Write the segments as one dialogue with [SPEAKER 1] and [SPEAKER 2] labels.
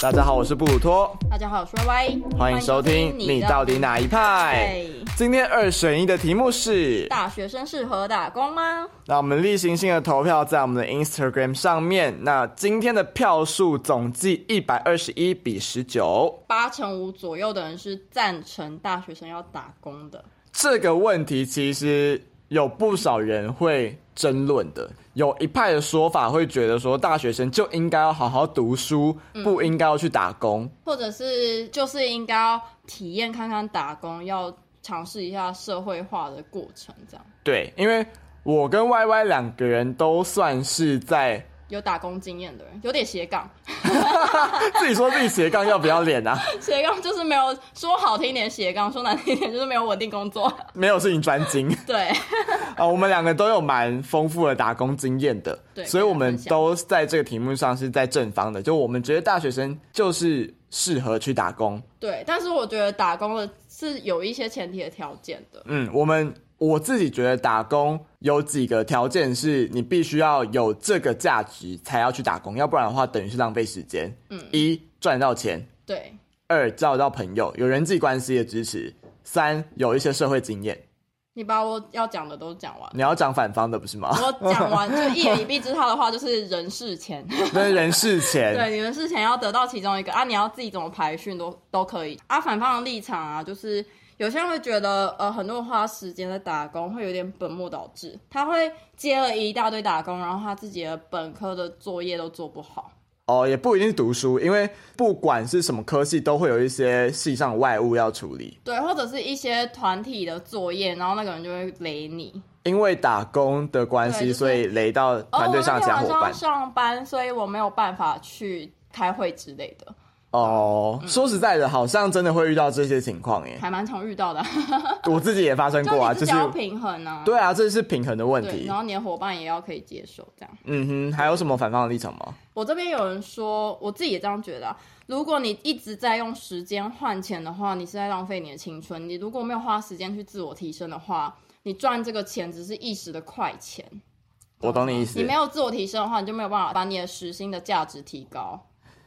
[SPEAKER 1] 大家好，我是布鲁托，
[SPEAKER 2] 大家好，我是 Y Y，
[SPEAKER 1] 欢迎收听。你到底哪一派？今天二选一的题目是：
[SPEAKER 2] 哎大学生适合打工吗？
[SPEAKER 1] 那我们例行性的投票在我们的 Instagram 上面。那今天的票数总计一百二十一比十九。
[SPEAKER 2] 八成五左右的人是赞成大学生要打工的。
[SPEAKER 1] 这个问题其实有不少人会争论的，有一派的说法会觉得说，大学生就应该要好好读书，不应该要去打工。
[SPEAKER 2] 或者是就是应该要体验看看打工，要尝试一下社会化的过程，这样
[SPEAKER 1] 对，因为我跟 Y Y 两个人都算是在
[SPEAKER 2] 有打工经验的人有点斜杠，
[SPEAKER 1] 自己说自己斜杠要不要脸啊？
[SPEAKER 2] 斜杠就是没有说好听一点斜杠，说难听一点就是没有稳定工作。
[SPEAKER 1] 没有事情专精
[SPEAKER 2] 对，
[SPEAKER 1] 啊，我们两个都有蛮丰富的打工经验的，
[SPEAKER 2] 对
[SPEAKER 1] 所以我们
[SPEAKER 2] 可以分享
[SPEAKER 1] 都在这个题目上是在正方的，就我们觉得大学生就是适合去打工。
[SPEAKER 2] 对，但是我觉得打工的是有一些前提的条件的，
[SPEAKER 1] 嗯，我们我自己觉得打工有几个条件是你必须要有这个价值才要去打工，要不然的话等于是浪费时间。嗯，一赚得到钱，
[SPEAKER 2] 对，
[SPEAKER 1] 二交得到朋友，有人际关系的支持，三有一些社会经验。
[SPEAKER 2] 你把我要讲的都讲完了。
[SPEAKER 1] 你要讲反方的不是 吗？
[SPEAKER 2] 我讲完就一言以蔽之，他的话就是人事 前。
[SPEAKER 1] 那是人事钱。
[SPEAKER 2] 对，你们事前要得到其中一个啊，你要自己怎么排序都都可以啊。反方的立场啊，就是有些人会觉得，呃，很多人花时间在打工会有点本末倒置，他会接了一大堆打工，然后他自己的本科的作业都做不好。
[SPEAKER 1] 哦，也不一定是读书，因为不管是什么科系，都会有一些系上的外物要处理。
[SPEAKER 2] 对，或者是一些团体的作业，然后那个人就会雷你。
[SPEAKER 1] 因为打工的关
[SPEAKER 2] 对
[SPEAKER 1] 系，
[SPEAKER 2] 就是
[SPEAKER 1] 所以雷到团队上的
[SPEAKER 2] 哦
[SPEAKER 1] 家
[SPEAKER 2] 我那
[SPEAKER 1] 伙
[SPEAKER 2] 天晚上
[SPEAKER 1] 伴
[SPEAKER 2] 要。上班，所以我没有办法去开会之类的，
[SPEAKER 1] 哦，说实在的，好像真的会遇到这些情况 耶。
[SPEAKER 2] 还蛮常遇到的。啊
[SPEAKER 1] 我自己也发生
[SPEAKER 2] 就
[SPEAKER 1] 过啊，
[SPEAKER 2] 你
[SPEAKER 1] 就是
[SPEAKER 2] 自己要平衡啊。
[SPEAKER 1] 对啊，这是平衡的问
[SPEAKER 2] 对，
[SPEAKER 1] 题
[SPEAKER 2] 然。后你的伙伴也要可以接受这样。
[SPEAKER 1] 嗯哼，还有什么反方的立场吗？
[SPEAKER 2] 我这边有人说，我自己也这样觉得啊、如果你一直在用时间换钱的话，你是在浪费你的青春。你如果没有花时间去自我提升的话，你赚这个钱只是一时的快钱。
[SPEAKER 1] 我懂你意思
[SPEAKER 2] 你没。有自我提升的话，你就没有办法把你的时薪的价值提高。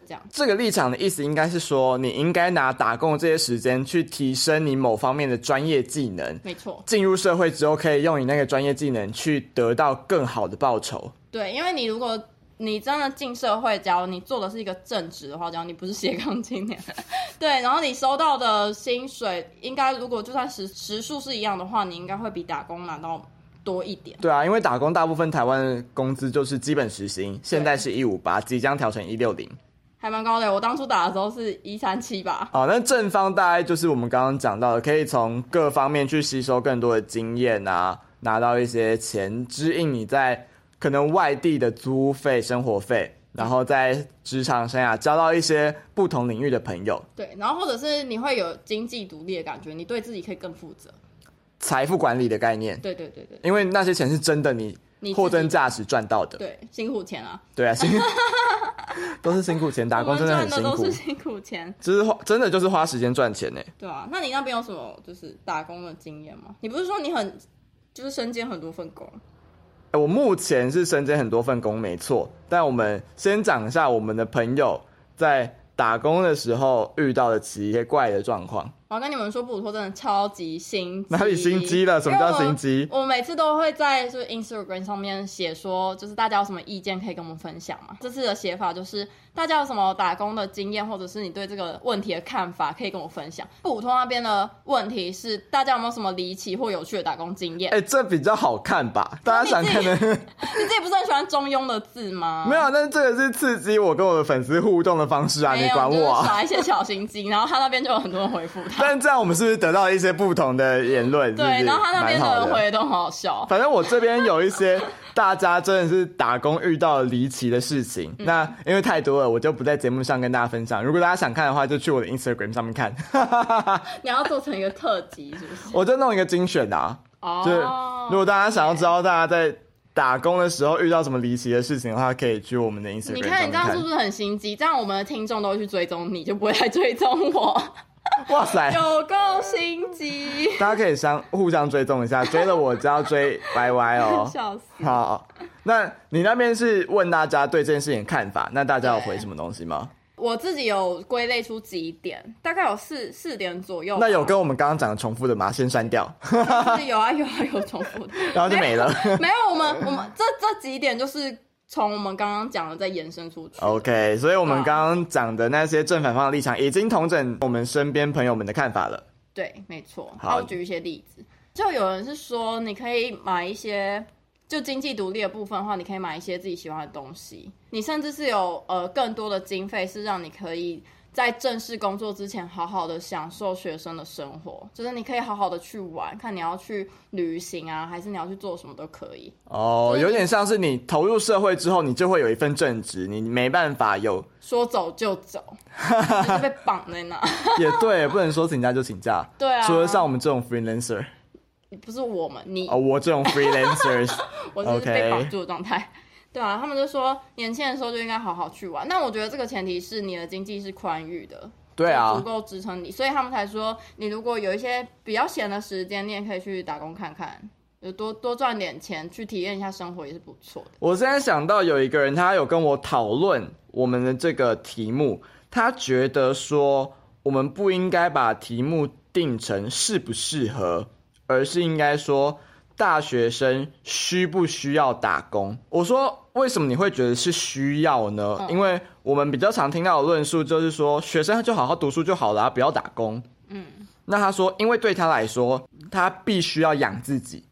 [SPEAKER 2] 这样
[SPEAKER 1] 这个立场的意思应该是说，你应该拿打工的这些时间去提升你某方面的专业技能，
[SPEAKER 2] 没错，
[SPEAKER 1] 进入社会之后可以用你那个专业技能去得到更好的报酬。
[SPEAKER 2] 对，因为你如果你真的进社会，假如你做的是一个正职的话，假如你不是斜杠青年，对，然后你收到的薪水，应该如果就算时时数是一样的话，你应该会比打工拿到多一点。
[SPEAKER 1] 对啊，因为打工大部分台湾的工资就是基本时薪，现在是一五八，即将调成一六零。
[SPEAKER 2] 还蛮高的。我当初打的时候是一三七吧。
[SPEAKER 1] 好，那正方大概就是我们刚刚讲到的，可以从各方面去吸收更多的经验啊，拿到一些钱，支应你在可能外地的租费、生活费，然后在职场生涯交到一些不同领域的朋友，
[SPEAKER 2] 对，然后或者是你会有经济独立的感觉，你对自己可以更负责。
[SPEAKER 1] 财富管理的概念，
[SPEAKER 2] 对对对对，
[SPEAKER 1] 因为那些钱是真的你
[SPEAKER 2] 你自己
[SPEAKER 1] 货真价实赚到的。
[SPEAKER 2] 对，辛苦钱啊，
[SPEAKER 1] 对啊，辛 都是辛苦钱，打
[SPEAKER 2] 我
[SPEAKER 1] 工
[SPEAKER 2] 们
[SPEAKER 1] 真的很
[SPEAKER 2] 赚的
[SPEAKER 1] 辛
[SPEAKER 2] 都
[SPEAKER 1] 苦
[SPEAKER 2] 是。辛苦钱，
[SPEAKER 1] 就是花，真的就是花时间赚钱呢。欸
[SPEAKER 2] 对啊。那你那边有什么就是打工的经验吗？你不是说你很就是身兼很多份工？
[SPEAKER 1] 哎我目前是身兼很多份工，没错。但我们先讲一下我们的朋友在打工的时候遇到的奇怪的状况。
[SPEAKER 2] 我要跟你们说，布鲁托真的超级心机。
[SPEAKER 1] 哪里心机了什么叫心机
[SPEAKER 2] 因为我我每次都会在就是 Instagram 上面写说，就是大家有什么意见可以跟我们分享嘛。这次的写法就是大家有什么打工的经验，或者是你对这个问题的看法，可以跟我分享。布鲁托那边的问题是，大家有没有什么离奇或有趣的打工经验？
[SPEAKER 1] 哎、这比较好看吧？大家想看的
[SPEAKER 2] 你自己不是很喜欢中庸的字 吗？
[SPEAKER 1] 没有？但这个是刺激我跟我的粉丝互动的方式啊！
[SPEAKER 2] 没有，
[SPEAKER 1] 你管我、
[SPEAKER 2] 就是
[SPEAKER 1] 啊？
[SPEAKER 2] 耍一些小心机，然后他那边就有很多人回复 他。
[SPEAKER 1] 但这样我们是不是得到一些不同的言论？是不
[SPEAKER 2] 对，
[SPEAKER 1] 是
[SPEAKER 2] 然后他那边
[SPEAKER 1] 蛮好
[SPEAKER 2] 的
[SPEAKER 1] 的
[SPEAKER 2] 人回的都很好笑。
[SPEAKER 1] 反正我这边有一些 大家真的是打工遇到离奇的事情，
[SPEAKER 2] 嗯
[SPEAKER 1] 那因为太多了，我就不在节目上跟大家分享。如果大家想看的话，就去我的 Instagram 上面看，
[SPEAKER 2] 你要做成一个特辑是不是？
[SPEAKER 1] 我就弄一个精选啊。
[SPEAKER 2] 哦，
[SPEAKER 1] 就是如果大家想要知道大家在打工的时候遇到什么离奇的事情的话，可以去我们的 Instagram 上
[SPEAKER 2] 你
[SPEAKER 1] 面
[SPEAKER 2] 看你这样是
[SPEAKER 1] 看
[SPEAKER 2] 不。是很心机？这样我们的听众都会去追踪你，就不会来追踪我。
[SPEAKER 1] 哇塞，
[SPEAKER 2] 有够心 机，
[SPEAKER 1] 大家可以相互相追踪一下，追了我就要追 Y Y 哦。
[SPEAKER 2] 笑死。
[SPEAKER 1] 好，那你那边是问大家对这件事情的看法，那大家有回什么东西吗？
[SPEAKER 2] 我自己有归类出几点，大概有四四点左右吧。
[SPEAKER 1] 那有跟我们刚刚讲的重复的吗？先删 掉，
[SPEAKER 2] 就是有啊有啊有重 复的，
[SPEAKER 1] 然后就没了。
[SPEAKER 2] 没有，我们我们这这几点就是从我们刚刚讲的再延伸出去。
[SPEAKER 1] OK，所以我们刚刚讲的那些正反方的立场，已经统整我们身边朋友们的看法了。
[SPEAKER 2] 对，没错。
[SPEAKER 1] 好
[SPEAKER 2] 好，我举一些例子，就有人是说，你可以买一些就经济独立的部分的话，你可以买一些自己喜欢的东西。你甚至是有呃更多的经费，是让你可以在正式工作之前，好好的享受学生的生活，就是你可以好好的去玩，看你要去旅行啊，还是你要去做什么都可以。
[SPEAKER 1] 哦，
[SPEAKER 2] 所以
[SPEAKER 1] 有点像是你投入社会之后，你就会有一份正职，你没办法有，
[SPEAKER 2] 说走就走，就是被绑在那。
[SPEAKER 1] 也对，不能说请假就请假。
[SPEAKER 2] 对啊，
[SPEAKER 1] 除了像我们这种 freelancer，
[SPEAKER 2] 不是我们，你
[SPEAKER 1] 哦，我这 种 freelancers，
[SPEAKER 2] 我就是被
[SPEAKER 1] OK
[SPEAKER 2] 绑住的状态。对啊，他们就说年轻的时候就应该好好去玩。那我觉得这个前提是你的经济是宽裕的，
[SPEAKER 1] 对
[SPEAKER 2] 就
[SPEAKER 1] 啊
[SPEAKER 2] 足，够支撑你，所以他们才说你如果有一些比较闲的时间，你也可以去打工看看，就多多赚点钱，去体验一下生活也是不错的。
[SPEAKER 1] 我现在想到有一个人，他有跟我讨论我们的这个题目，他觉得说我们不应该把题目定成适不适合，而是应该说大学生需不需要打工。我说为什么你会觉得是需要呢？
[SPEAKER 2] 嗯
[SPEAKER 1] 因为我们比较常听到的论述就是说，学生就好好读书就好了啊、不要打工。
[SPEAKER 2] 嗯，
[SPEAKER 1] 那他说，因为对他来说，他必须要养自己，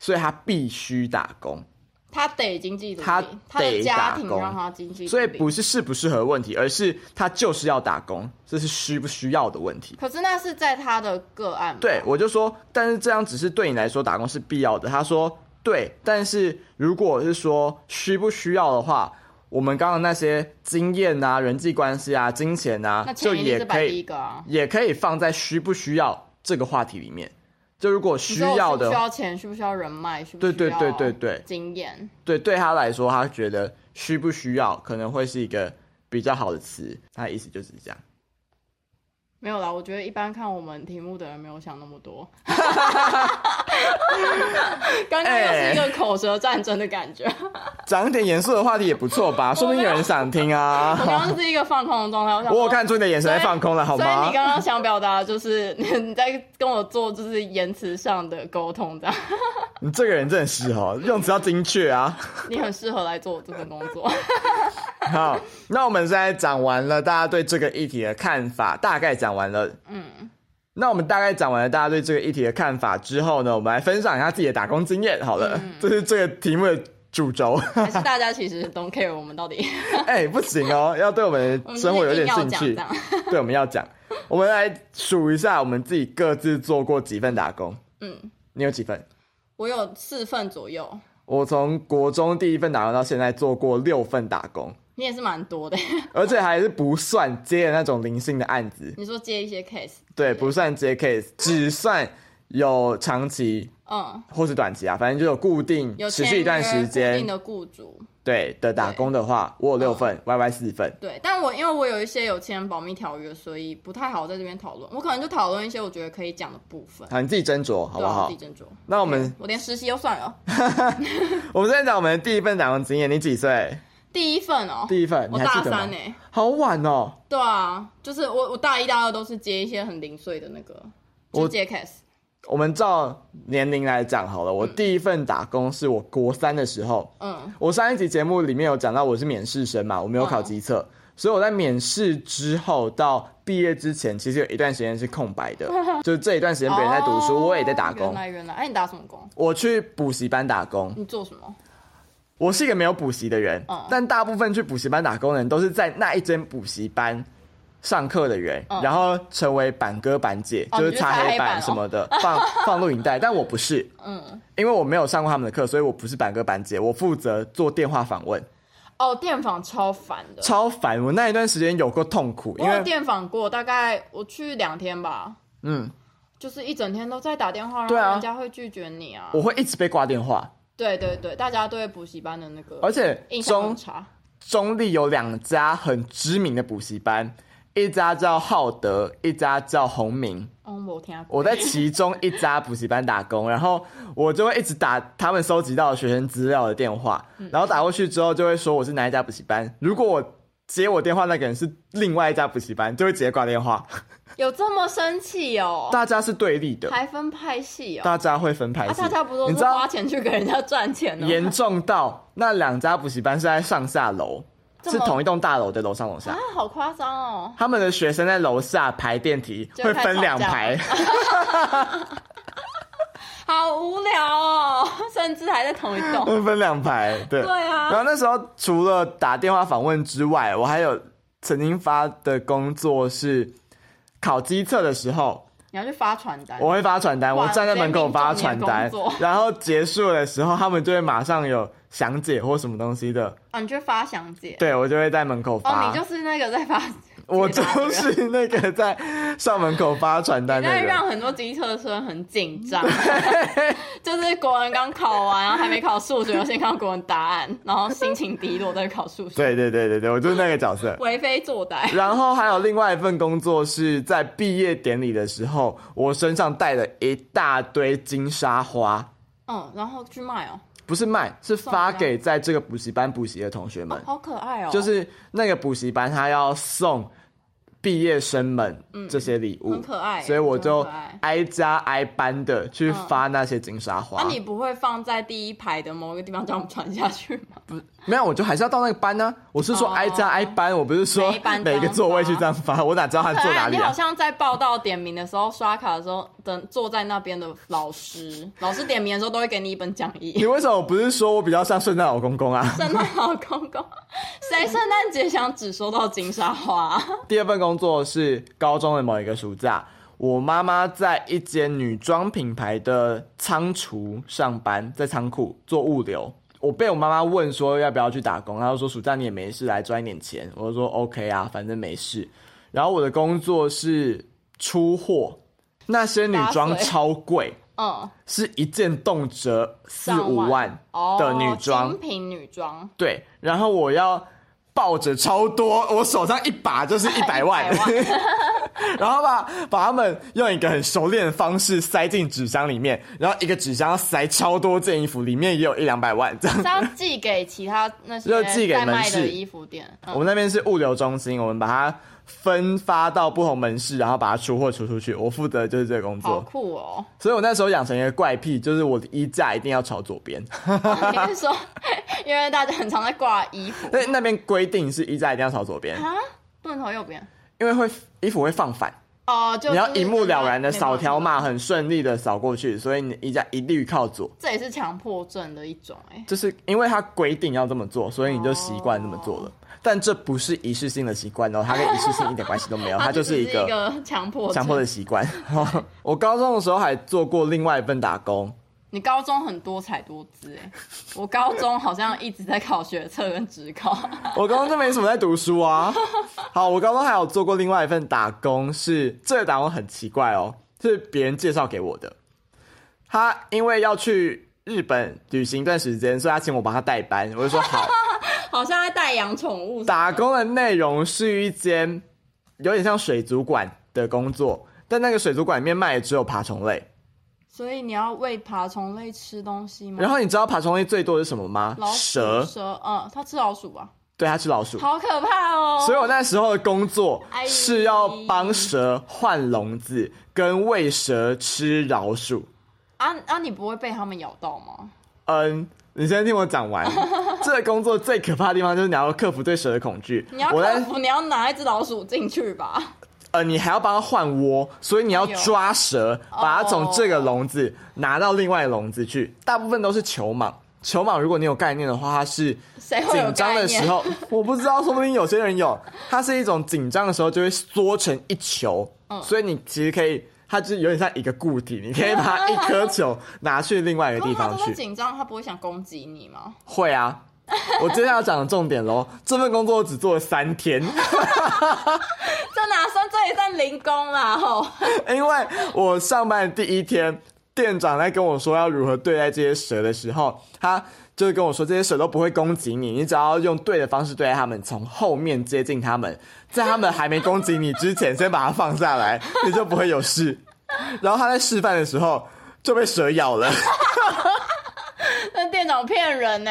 [SPEAKER 1] 所以他必须打工。
[SPEAKER 2] 他得经济独立，
[SPEAKER 1] 他
[SPEAKER 2] 他
[SPEAKER 1] 得
[SPEAKER 2] 的家庭
[SPEAKER 1] 打工
[SPEAKER 2] 让他经济独立，
[SPEAKER 1] 所以不是适不适合问题，而是他就是要打工，这是需不需要的问题。
[SPEAKER 2] 可是那是在他的个案吧，
[SPEAKER 1] 对，我就说，但是这样只是对你来说打工是必要的。他说对，但是如果是说需不需要的话，我们刚刚那些经验啊、人际关系啊、金钱啊
[SPEAKER 2] 那，钱
[SPEAKER 1] 就
[SPEAKER 2] 一定
[SPEAKER 1] 也
[SPEAKER 2] 是
[SPEAKER 1] 可
[SPEAKER 2] 摆第一
[SPEAKER 1] 以
[SPEAKER 2] 个啊。
[SPEAKER 1] 也可以放在需不需要这个话题里面。就如果
[SPEAKER 2] 你
[SPEAKER 1] 需
[SPEAKER 2] 说我
[SPEAKER 1] 要
[SPEAKER 2] 需不
[SPEAKER 1] 的
[SPEAKER 2] 需，要钱，需不需要人脉，需不
[SPEAKER 1] 对
[SPEAKER 2] 需
[SPEAKER 1] 对
[SPEAKER 2] 要
[SPEAKER 1] 对对对
[SPEAKER 2] 经验。
[SPEAKER 1] 对，对他来说，他觉得需不需要可能会是一个比较好的词。他的意思就是这样。
[SPEAKER 2] 没有啦，我觉得一般看我们题目的人没有想那么多。 刚刚又
[SPEAKER 1] 哎
[SPEAKER 2] 是一个口舌战争的感觉，
[SPEAKER 1] 讲一点严肃的话题也不错
[SPEAKER 2] 哦
[SPEAKER 1] 吧，说不定有人想听
[SPEAKER 2] 我
[SPEAKER 1] 啊。
[SPEAKER 2] 刚刚是一个放空的状态。我想
[SPEAKER 1] 我
[SPEAKER 2] 说
[SPEAKER 1] 有看出你的眼神在放空了，好
[SPEAKER 2] 所以
[SPEAKER 1] 吗
[SPEAKER 2] 你？刚刚想表达的就是你你在跟我做就是言辞上的沟通，这样
[SPEAKER 1] 你这个人真的是哦，用词要精确啊。
[SPEAKER 2] 你很适合来做我这份工作。
[SPEAKER 1] 好，那我们现在讲完了大家对这个议题的看法，大概讲完了。嗯，那我们大概讲完了大家对这个议题的看法之后呢，我们来分享一下自己的打工经验。好了，
[SPEAKER 2] 嗯
[SPEAKER 1] 这是这个题目的主轴。
[SPEAKER 2] 还是大家其实 don't care 我们到底
[SPEAKER 1] 哎、不行哦，要对我们
[SPEAKER 2] 我
[SPEAKER 1] 的
[SPEAKER 2] 们
[SPEAKER 1] 生活有
[SPEAKER 2] 就是
[SPEAKER 1] 点
[SPEAKER 2] 硬要
[SPEAKER 1] 兴
[SPEAKER 2] 讲
[SPEAKER 1] 趣
[SPEAKER 2] 这。样。
[SPEAKER 1] 对，我们要讲，我们来数一下我们自己各自做过几份打工。
[SPEAKER 2] 嗯，
[SPEAKER 1] 你有几份？
[SPEAKER 2] 我有四份左右，
[SPEAKER 1] 我从国中第一份打工到现在做过六份打工，
[SPEAKER 2] 你也是蛮多的。
[SPEAKER 1] 而且还是不算接的那种零星的案子，
[SPEAKER 2] 你说接一些 case，
[SPEAKER 1] 对，不算接 case，只算有长期
[SPEAKER 2] 嗯，
[SPEAKER 1] 或是短期啊，反正就有固定
[SPEAKER 2] 有
[SPEAKER 1] 持续一段
[SPEAKER 2] 签
[SPEAKER 1] 时
[SPEAKER 2] 约固定
[SPEAKER 1] 间
[SPEAKER 2] 的嗯雇主，
[SPEAKER 1] 对的打工的话，我有六份，Y Y 四份。
[SPEAKER 2] 对，但我因为我有一些有签保密条约，所以不太好在这边讨论。我可能就讨论一些我觉得可以讲的部分，
[SPEAKER 1] 好，你自己斟酌好
[SPEAKER 2] 对
[SPEAKER 1] 不
[SPEAKER 2] 啊我
[SPEAKER 1] 好
[SPEAKER 2] 自？己斟酌。
[SPEAKER 1] 那我们
[SPEAKER 2] 我连实习都算了，
[SPEAKER 1] 我们现在讲我们的第一份打工经验，你几岁？
[SPEAKER 2] 第一份哦，
[SPEAKER 1] 第一份你
[SPEAKER 2] 我
[SPEAKER 1] 还
[SPEAKER 2] 大
[SPEAKER 1] 记得吗
[SPEAKER 2] 三呢、欸
[SPEAKER 1] 好晚哦，
[SPEAKER 2] 对啊，就是我我大一大二都是接一些很零碎的那个，就
[SPEAKER 1] 我
[SPEAKER 2] 接 case，
[SPEAKER 1] 我们照年龄来讲好了，我第一份打工是我国三的时候，
[SPEAKER 2] 嗯，
[SPEAKER 1] 我上一集节目里面有讲到我是免试生嘛，我没有考
[SPEAKER 2] 嗯
[SPEAKER 1] 机测，所以我在免试之后到毕业之前，其实有一段时间是空白的，就是这一段时间别人在读书，
[SPEAKER 2] 哦
[SPEAKER 1] 我也在打工
[SPEAKER 2] 原。来原来，哎、你打什么工？
[SPEAKER 1] 我去补习班打工，
[SPEAKER 2] 你做什么？
[SPEAKER 1] 我是一个没有补习的人，
[SPEAKER 2] 嗯
[SPEAKER 1] 但大部分去补习班打工的人都是在那一间补习班上课的人，
[SPEAKER 2] 嗯
[SPEAKER 1] 然后成为板哥板姐，
[SPEAKER 2] 哦
[SPEAKER 1] 就是
[SPEAKER 2] 你是
[SPEAKER 1] 擦
[SPEAKER 2] 擦
[SPEAKER 1] 黑
[SPEAKER 2] 黑板
[SPEAKER 1] 板
[SPEAKER 2] 哦
[SPEAKER 1] 什么的， 放放录影带，但我不是，
[SPEAKER 2] 嗯，
[SPEAKER 1] 因为我没有上过他们的课，所以我不是板哥板姐，我负责做电话访问，
[SPEAKER 2] 哦，电访超烦的，
[SPEAKER 1] 超烦。我那一段时间有过痛苦，
[SPEAKER 2] 我
[SPEAKER 1] 因
[SPEAKER 2] 有
[SPEAKER 1] 为
[SPEAKER 2] 电访过，大概我去两天吧，
[SPEAKER 1] 嗯，
[SPEAKER 2] 就是一整天都在打电话，
[SPEAKER 1] 对
[SPEAKER 2] 然
[SPEAKER 1] 啊
[SPEAKER 2] 后人家会拒绝你啊。
[SPEAKER 1] 我会一直被挂电话，
[SPEAKER 2] 对对对，大家对补习班的那个
[SPEAKER 1] 而且
[SPEAKER 2] 印象很
[SPEAKER 1] 中
[SPEAKER 2] 差。
[SPEAKER 1] 中立有两家很知名的补习班，一家叫浩德，一家叫洪明。
[SPEAKER 2] 哦，我听过。
[SPEAKER 1] 我在其中一家补习班打工，然后我就会一直打他们收集到的学生资料的电话，
[SPEAKER 2] 嗯
[SPEAKER 1] 然后打过去之后就会说我是哪一家补习班。如果我接我电话那个人是另外一家补习班，就会直接挂电话。
[SPEAKER 2] 有这么生气哦？
[SPEAKER 1] 大家是对立的，
[SPEAKER 2] 还分派系哦？
[SPEAKER 1] 大家会分派
[SPEAKER 2] 啊，
[SPEAKER 1] 系。
[SPEAKER 2] 大家不都
[SPEAKER 1] 你
[SPEAKER 2] 是
[SPEAKER 1] 知道
[SPEAKER 2] 花钱去给人家赚钱的吗？
[SPEAKER 1] 严重到那两家补习班是在上下楼，
[SPEAKER 2] 这
[SPEAKER 1] 是
[SPEAKER 2] 么
[SPEAKER 1] 同一栋大楼的楼上楼下
[SPEAKER 2] 啊。，好夸张哦！
[SPEAKER 1] 他们的学生在楼下排电梯，
[SPEAKER 2] 就
[SPEAKER 1] 会
[SPEAKER 2] 开始
[SPEAKER 1] 分
[SPEAKER 2] 吵
[SPEAKER 1] 两
[SPEAKER 2] 架
[SPEAKER 1] 排。
[SPEAKER 2] 好无聊哦， 甚至还在同一 栋。
[SPEAKER 1] 会分两排，对。
[SPEAKER 2] 对啊
[SPEAKER 1] 然后那时候除了打电话访问之外，我还有曾经发的工作是考机测的时候，
[SPEAKER 2] 你要去发传单，
[SPEAKER 1] 我会发传单，
[SPEAKER 2] 哇
[SPEAKER 1] 我站在门口发传单
[SPEAKER 2] 全民众你的工，作
[SPEAKER 1] 然后结束的时候，他们就会马上有详解或什么东西的，
[SPEAKER 2] 啊，你去发详解。
[SPEAKER 1] 对我就会在门口发。
[SPEAKER 2] 哦，你就是那个在发，
[SPEAKER 1] 我就是那个在上门口发传单的
[SPEAKER 2] 那
[SPEAKER 1] 人。
[SPEAKER 2] 让很多机车生很紧 张，就是国文刚考完，然后还没考数学，先看到国文答案，然后心情低落，再考数学，
[SPEAKER 1] 对对对对对，我就是那个角色。
[SPEAKER 2] 为非作歹。
[SPEAKER 1] 然后还有另外一份工作是在毕业典礼的时候，我身上带了一大堆金沙花，
[SPEAKER 2] 嗯，然后去卖哦，
[SPEAKER 1] 不是卖，是发给在这个补习班补习的同学们
[SPEAKER 2] 哦。好可爱哦，
[SPEAKER 1] 就是那个补习班他要送毕业生们这些礼物，
[SPEAKER 2] 很可爱
[SPEAKER 1] 所以我就
[SPEAKER 2] 真的很可爱
[SPEAKER 1] 挨家挨班的去发那些金沙花。
[SPEAKER 2] 啊，你不会放在第一排的某个地方这样传下去吗？
[SPEAKER 1] 没有，我就还是要到那个班呢、我是说
[SPEAKER 2] 哦
[SPEAKER 1] 挨家挨班，我不是说
[SPEAKER 2] 每一班这
[SPEAKER 1] 每
[SPEAKER 2] 样
[SPEAKER 1] 个座位去这样发，我哪知道他 坐哪里
[SPEAKER 2] 你好
[SPEAKER 1] 啊？
[SPEAKER 2] 像在报到点名的时候刷卡的时候，等坐在那边的老师，老师点名的时候都会给你一本讲义
[SPEAKER 1] 你。为什么不是说我比较像圣诞老公公啊？
[SPEAKER 2] 圣诞老公公，谁圣诞节想只收到金沙花、
[SPEAKER 1] 第二份工作是高中的某一个暑假，我妈妈在一间女装品牌的仓储上班，在仓库做物流。我被我妈妈问说要不要去打工，她就说暑假你也没事，来赚一点钱。我就说 OK 啊，反正没事。然后我的工作是出货，那些女装
[SPEAKER 2] 打水
[SPEAKER 1] 超贵，
[SPEAKER 2] 嗯，
[SPEAKER 1] 是一件动辄四
[SPEAKER 2] 上
[SPEAKER 1] 五万
[SPEAKER 2] 哦
[SPEAKER 1] 的女装，
[SPEAKER 2] 精品女装，
[SPEAKER 1] 对，然后我要抱着超多，我手上一把就是 一百万，
[SPEAKER 2] 100
[SPEAKER 1] 然后把把它们用一个很熟练的方式塞进纸箱里面，然后一个纸箱要塞超多件衣服，里面也有一两百万这样。
[SPEAKER 2] 是要寄给其他那些
[SPEAKER 1] 就寄给
[SPEAKER 2] 在
[SPEAKER 1] 门
[SPEAKER 2] 卖的
[SPEAKER 1] 市
[SPEAKER 2] 衣服店。嗯
[SPEAKER 1] 我们那边是物流中心，我们把它分发到不同门市，然后把它出货出出去。我负责就是这个工作，
[SPEAKER 2] 好酷哦！
[SPEAKER 1] 所以我那时候养成一个怪癖，就是我的衣架一定要朝左边。
[SPEAKER 2] 你是说，因为大家很常在挂衣服
[SPEAKER 1] 那那边规定是衣架一定要朝左边，
[SPEAKER 2] 啊，不能朝右边
[SPEAKER 1] 因为会衣服会放反。
[SPEAKER 2] 哦。就
[SPEAKER 1] 你要
[SPEAKER 2] 是
[SPEAKER 1] 一目了然的
[SPEAKER 2] 没办法
[SPEAKER 1] 扫条码，很顺利的扫过去，所以你一家一律靠左，
[SPEAKER 2] 这也是强迫症的一种哎、
[SPEAKER 1] 就是因为它规定要这么做，所以你就习惯这么做了。但这不是仪式性的习惯哦，它跟仪式性一点关系都 没有，哦它就
[SPEAKER 2] 就只
[SPEAKER 1] 是一
[SPEAKER 2] 一
[SPEAKER 1] 个
[SPEAKER 2] 个强迫症
[SPEAKER 1] 强迫的。习 惯。哦我高中的时候还做过另外一份打工，
[SPEAKER 2] 你高中很多才多姿哎、我高中好像一直在考学测跟职考，
[SPEAKER 1] 我高中就没什么在读书 啊。好，我高中还有做过另外一份打工，是这个打工很奇怪哦，是别人介绍给我的。他因为要去日本旅行一段时间，所以他请我帮他代班，我就说好。
[SPEAKER 2] 好像在带养宠物。
[SPEAKER 1] 打工的内容是一间有点像水族馆的工作，但那个水族馆里面卖的只有爬虫类。
[SPEAKER 2] 所以你要喂爬虫类吃东西吗？
[SPEAKER 1] 然后你知道爬虫类最多是什么吗
[SPEAKER 2] 嗯老？鼠
[SPEAKER 1] 蛇，
[SPEAKER 2] 蛇，嗯，它吃老鼠吧？
[SPEAKER 1] 对，它吃老鼠。
[SPEAKER 2] 好可怕哦！
[SPEAKER 1] 所以我那时候的工作
[SPEAKER 2] 哎
[SPEAKER 1] 是要帮蛇换笼子，跟喂蛇吃老鼠。
[SPEAKER 2] 啊啊，你不会被它们咬到吗？
[SPEAKER 1] 嗯，你先听我讲 完。这个工作最可怕的地方就是你要克服对蛇的恐惧。
[SPEAKER 2] 你要
[SPEAKER 1] 我
[SPEAKER 2] 克
[SPEAKER 1] 在
[SPEAKER 2] 服，你要拿一只老鼠进去吧？
[SPEAKER 1] 呃，你还要帮它换窝，所以你要
[SPEAKER 2] 哎呦
[SPEAKER 1] 抓蛇，
[SPEAKER 2] 哦
[SPEAKER 1] 把它从这个笼子拿到另外的笼子去。大部分都是球蟒，球蟒如果你有概念的话，它是
[SPEAKER 2] 谁会有
[SPEAKER 1] 紧张
[SPEAKER 2] 概
[SPEAKER 1] 的时
[SPEAKER 2] 念？
[SPEAKER 1] 候，我不知道，说不定有些人有，它是一种紧张的时候就会缩成一球，
[SPEAKER 2] 嗯
[SPEAKER 1] 所以你其实可以，它就是有点像一个固体，你可以把一颗球拿去另外一个地
[SPEAKER 2] 它
[SPEAKER 1] 方
[SPEAKER 2] 都会
[SPEAKER 1] 去。
[SPEAKER 2] 紧张，它不会想攻击你吗？
[SPEAKER 1] 会啊，我接下来要讲的重点喽，这份工作我只做了三天。
[SPEAKER 2] 这哪算这也算零工啦吼！
[SPEAKER 1] 因为我上班的第一天店长在跟我说要如何对待这些蛇的时候，他就是跟我说这些蛇都不会攻击你，你只要用对的方式对待它们，从后面接近它们，在它们还没攻击你之前，先把它放下来，你就不会有事。然后他在示范的时候就被蛇咬了，
[SPEAKER 2] 那店长骗人呢、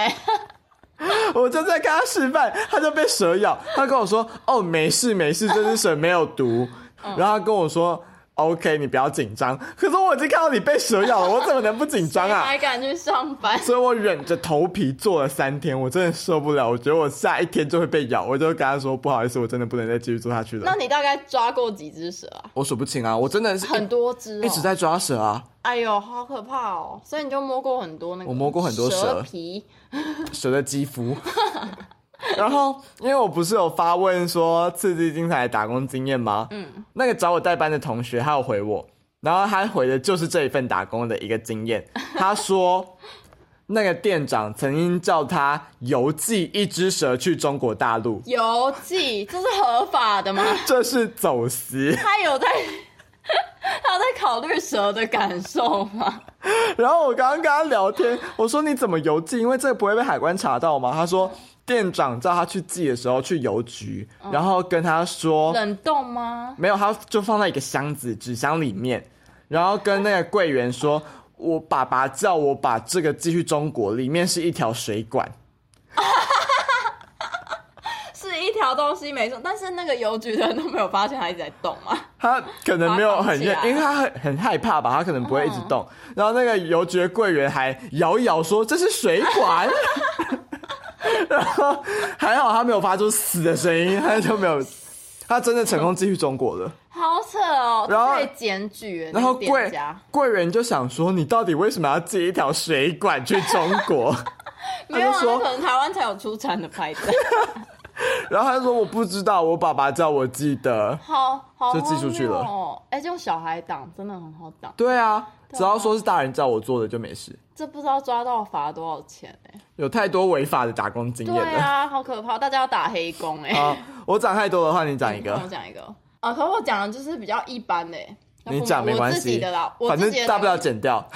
[SPEAKER 1] 我就在跟他示范，他就被蛇咬。他跟我说：“哦，没事没事，这只蛇没有毒。”
[SPEAKER 2] 嗯
[SPEAKER 1] 然后他跟我说：“OK，你不要紧张。”可是我已经看到你被蛇咬了，我怎么能不紧张啊？
[SPEAKER 2] 还敢去上 班？
[SPEAKER 1] 所以我忍着头皮做了三天，我真的受不了，我觉得我下一天就会被咬，我就跟他说不好意思，我真的不能再继续做下去
[SPEAKER 2] 那
[SPEAKER 1] 了。
[SPEAKER 2] 你大概抓过几只蛇啊？
[SPEAKER 1] 我数不清啊，我真的是
[SPEAKER 2] 很多只、哦，
[SPEAKER 1] 一直。在抓蛇啊，
[SPEAKER 2] 哎呦，好可怕哦！所以你就摸过很多那个，
[SPEAKER 1] 我摸过很多蛇
[SPEAKER 2] 蛇皮，
[SPEAKER 1] 蛇的肌肤。 然后，因为我不是有发问说刺激精彩的打工经验吗？嗯，那个找我代班的同学他有回我，然后他回的就是这一份打工的一个经验。他说，那个店长曾经叫他邮寄一只蛇去中国大陆，
[SPEAKER 2] 邮寄，这是合 法的吗？
[SPEAKER 1] 这是走私。
[SPEAKER 2] 他有在， 他有在考虑蛇的感受吗？
[SPEAKER 1] 然后我刚刚跟他聊天，我说你怎么邮寄？因为这个不会被海关查到吗？他说店长叫他去寄的时候去邮局，然后跟他说
[SPEAKER 2] 冷冻吗？
[SPEAKER 1] 没有，他就放在一个箱子纸箱里面，然后跟那个柜员说，我爸爸叫我把这个寄去中国，里面是一条水管。
[SPEAKER 2] 是一条东西没错，但是那个邮局的人都没有发现它一直在动啊。
[SPEAKER 1] 他可能没有很
[SPEAKER 2] 把它绑起来
[SPEAKER 1] 认，因为他很很害怕吧，他可能不会一直动。然后那个邮局的柜员还摇一摇说这是水管， 然后还好他没有发出嘶的声音，他就没有，他真的成功寄去中国了。
[SPEAKER 2] 好扯哦，
[SPEAKER 1] 然后
[SPEAKER 2] 这被检举耶，
[SPEAKER 1] 然后
[SPEAKER 2] 那个店
[SPEAKER 1] 柜
[SPEAKER 2] 家
[SPEAKER 1] 柜员就想说你到底为什么要寄一条水管去中国？
[SPEAKER 2] 没有
[SPEAKER 1] 他就
[SPEAKER 2] 啊，那
[SPEAKER 1] 说
[SPEAKER 2] 可能台湾才有出产的牌 子，
[SPEAKER 1] 然后他就说我不知道，我爸爸叫我寄的。
[SPEAKER 2] 好好
[SPEAKER 1] 就寄出去了
[SPEAKER 2] 荒谬哦。哎，这种小孩党真的很好挡，
[SPEAKER 1] 对啊，只要说是大人叫我做的就没事。
[SPEAKER 2] 这不知道抓到罚多少钱哎。
[SPEAKER 1] 有太多违法的打工经验
[SPEAKER 2] 对
[SPEAKER 1] 了。
[SPEAKER 2] 啊，好可怕，大家要打黑工哎。
[SPEAKER 1] 好，我讲太多的话，你讲一
[SPEAKER 2] 跟我
[SPEAKER 1] 个。
[SPEAKER 2] 讲一个啊，可我讲的就是比较一般的、要
[SPEAKER 1] 你
[SPEAKER 2] 不
[SPEAKER 1] 讲没关
[SPEAKER 2] 我自己
[SPEAKER 1] 系
[SPEAKER 2] 的啦，，我
[SPEAKER 1] 反
[SPEAKER 2] 自
[SPEAKER 1] 正
[SPEAKER 2] 己的
[SPEAKER 1] 大
[SPEAKER 2] 打
[SPEAKER 1] 不
[SPEAKER 2] 工
[SPEAKER 1] 了剪掉。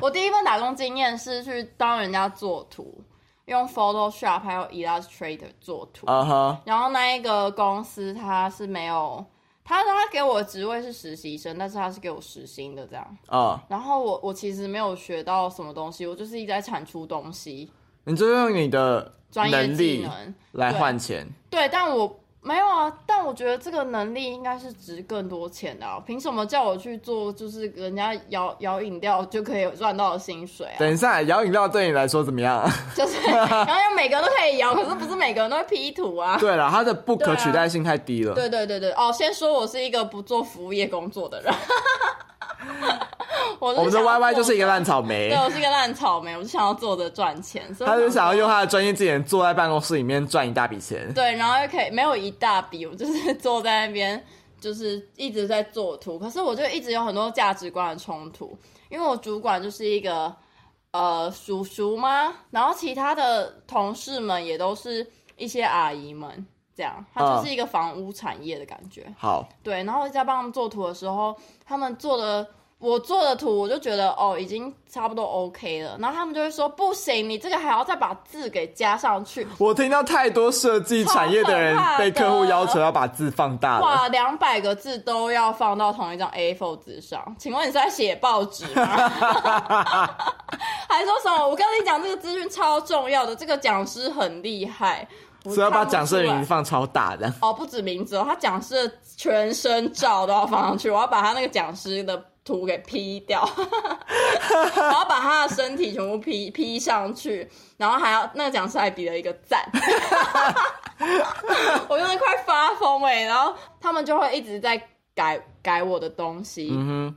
[SPEAKER 2] 我第一份打工经验是去帮人家做图，用 Photoshop 还有 Illustrator 做图。
[SPEAKER 1] 啊哈，
[SPEAKER 2] 然后那一个公司它是没有，他他给我的职位是实习生，但是他是给我实薪的这样。
[SPEAKER 1] 啊，
[SPEAKER 2] 然后我我其实没有学到什么东西，我就是一直在产出东西，
[SPEAKER 1] 你就用你的
[SPEAKER 2] 专业
[SPEAKER 1] 能
[SPEAKER 2] 技
[SPEAKER 1] 力
[SPEAKER 2] 能。
[SPEAKER 1] 来换钱。
[SPEAKER 2] 对，但我没有啊，但我觉得这个能力应该是值更多钱的、啊，凭什么叫我去做就是人家摇摇饮料就可以赚到的薪水啊？
[SPEAKER 1] 等一下，摇饮料对你来说怎么样？
[SPEAKER 2] 就是，然后又每个人都可以摇，可是不是每个人都会 P 图啊？
[SPEAKER 1] 对了，它的不
[SPEAKER 2] 对
[SPEAKER 1] 可
[SPEAKER 2] 啊
[SPEAKER 1] 取代性太低了。
[SPEAKER 2] 对对对对，哦，先说我是一个不做服务业工作的人， 我
[SPEAKER 1] 我们的
[SPEAKER 2] 想要
[SPEAKER 1] YY 就是一个
[SPEAKER 2] 做
[SPEAKER 1] 烂草
[SPEAKER 2] 着，
[SPEAKER 1] 莓
[SPEAKER 2] 对，我是一个烂草莓，我就想要坐着赚钱，所以
[SPEAKER 1] 他
[SPEAKER 2] 我
[SPEAKER 1] 就想要用他的专业技能坐在办公室里面赚一大笔钱。
[SPEAKER 2] 对，然后又可以没有一大笔，我就是坐在那边，就是一直在做图。可是我就一直有很多价值观的冲突，因为我主管就是一个呃叔叔嘛，然后其他的同事们也都是一些阿姨们，这样，它
[SPEAKER 1] 嗯
[SPEAKER 2] 就是一个房屋产业的感觉。
[SPEAKER 1] 好，
[SPEAKER 2] 对，然后在帮他们做图的时候，他们做的我做的图，我就觉得哦，已经差不多 OK 了。然后他们就会说不行，你这个还要再把字给加上去。
[SPEAKER 1] 我听到太多设计产业的人
[SPEAKER 2] 超可怕的
[SPEAKER 1] 被客户要求要把字放大了。
[SPEAKER 2] 哇，两百个字都要放到同一张 A4 纸上，请问你是在写报纸吗？ 还说什么？我跟你讲，这个资讯超重要的，这个讲师很厉害，我
[SPEAKER 1] 所以要把
[SPEAKER 2] 看不
[SPEAKER 1] 讲师的
[SPEAKER 2] 出来
[SPEAKER 1] 名字放超大的，
[SPEAKER 2] 哦，不止名字哦，他讲师的全身照都要放上去，我要把他那个讲师的图给 P 掉，然后把他的身体全部 P P 上去，然后还要那个讲师还比了一个赞， 我真的快发疯哎、然后他们就会一直在改改我的东西，
[SPEAKER 1] 嗯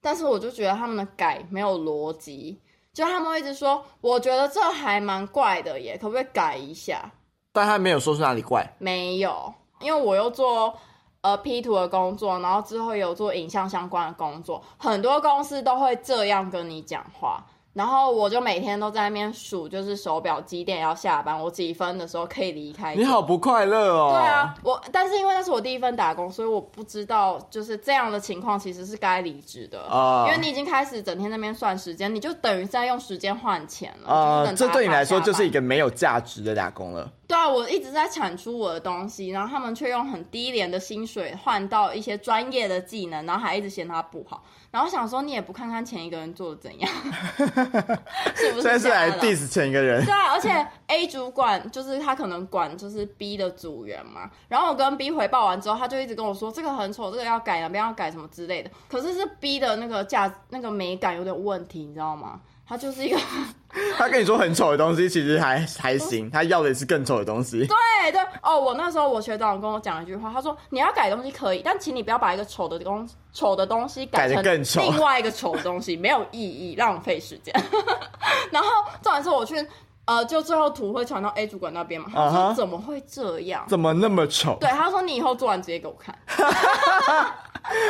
[SPEAKER 2] 但是我就觉得他们的改没有逻辑，就他们会一直说，我觉得这还蛮怪的耶，可不可以改一下？
[SPEAKER 1] 哼，但他没有说出哪里怪。
[SPEAKER 2] 没有，因为我又做呃 P 图的工作，然后之后有做影像相关的工作，很多公司都会这样跟你讲话。然后我就每天都在那边数，就是手表几点要下班，我几分的时候可以离开。
[SPEAKER 1] 你好不快乐哦。
[SPEAKER 2] 对啊，，我但是因为那是我第一份打工，所以我不知道就是这样的情况其实是该离职的
[SPEAKER 1] 啊
[SPEAKER 2] 因为你已经开始整天在那边算时间，你就等于在用时间换钱了。就是
[SPEAKER 1] 呃，
[SPEAKER 2] 等
[SPEAKER 1] 这
[SPEAKER 2] 大
[SPEAKER 1] 对你
[SPEAKER 2] 家
[SPEAKER 1] 来说
[SPEAKER 2] 下
[SPEAKER 1] 就是
[SPEAKER 2] 班
[SPEAKER 1] 一个没有价值的打工了。
[SPEAKER 2] 对啊，我一直在产出我的东西，然后他们却用很低廉的薪水换到一些专业的技能，然后还一直嫌它不好，然后想说你也不看看前一个人做的怎样， 是不
[SPEAKER 1] 现在
[SPEAKER 2] 是？
[SPEAKER 1] 是来 diss 前一个人
[SPEAKER 2] 对，啊，而且 A 主管就是他可能管就是 B 的组员嘛，然后我跟 B 回报完之后，他就一直跟我说这个很丑，这个要改，哪边要改什么之类的。可是是 B 的那个价那个美感有点问题，你知道吗？他就是一个啊
[SPEAKER 1] 他跟你说很丑的东西，其实还还行，他要的是更丑的东西。
[SPEAKER 2] 对对哦，我那时候我学长跟我讲了一句话，他说你要改东西可以，但请你不要把一个丑的东丑的东西
[SPEAKER 1] 改得
[SPEAKER 2] 成
[SPEAKER 1] 更丑
[SPEAKER 2] 另外一个丑的东西，没有意义，浪费时间。然后重点是我去呃，就最后图会传到 A 主管那边嘛，他
[SPEAKER 1] 啊
[SPEAKER 2] 说
[SPEAKER 1] 哈
[SPEAKER 2] 怎么会这样？
[SPEAKER 1] 怎么那么丑？
[SPEAKER 2] 对，啊他说你以后做完直接给我看。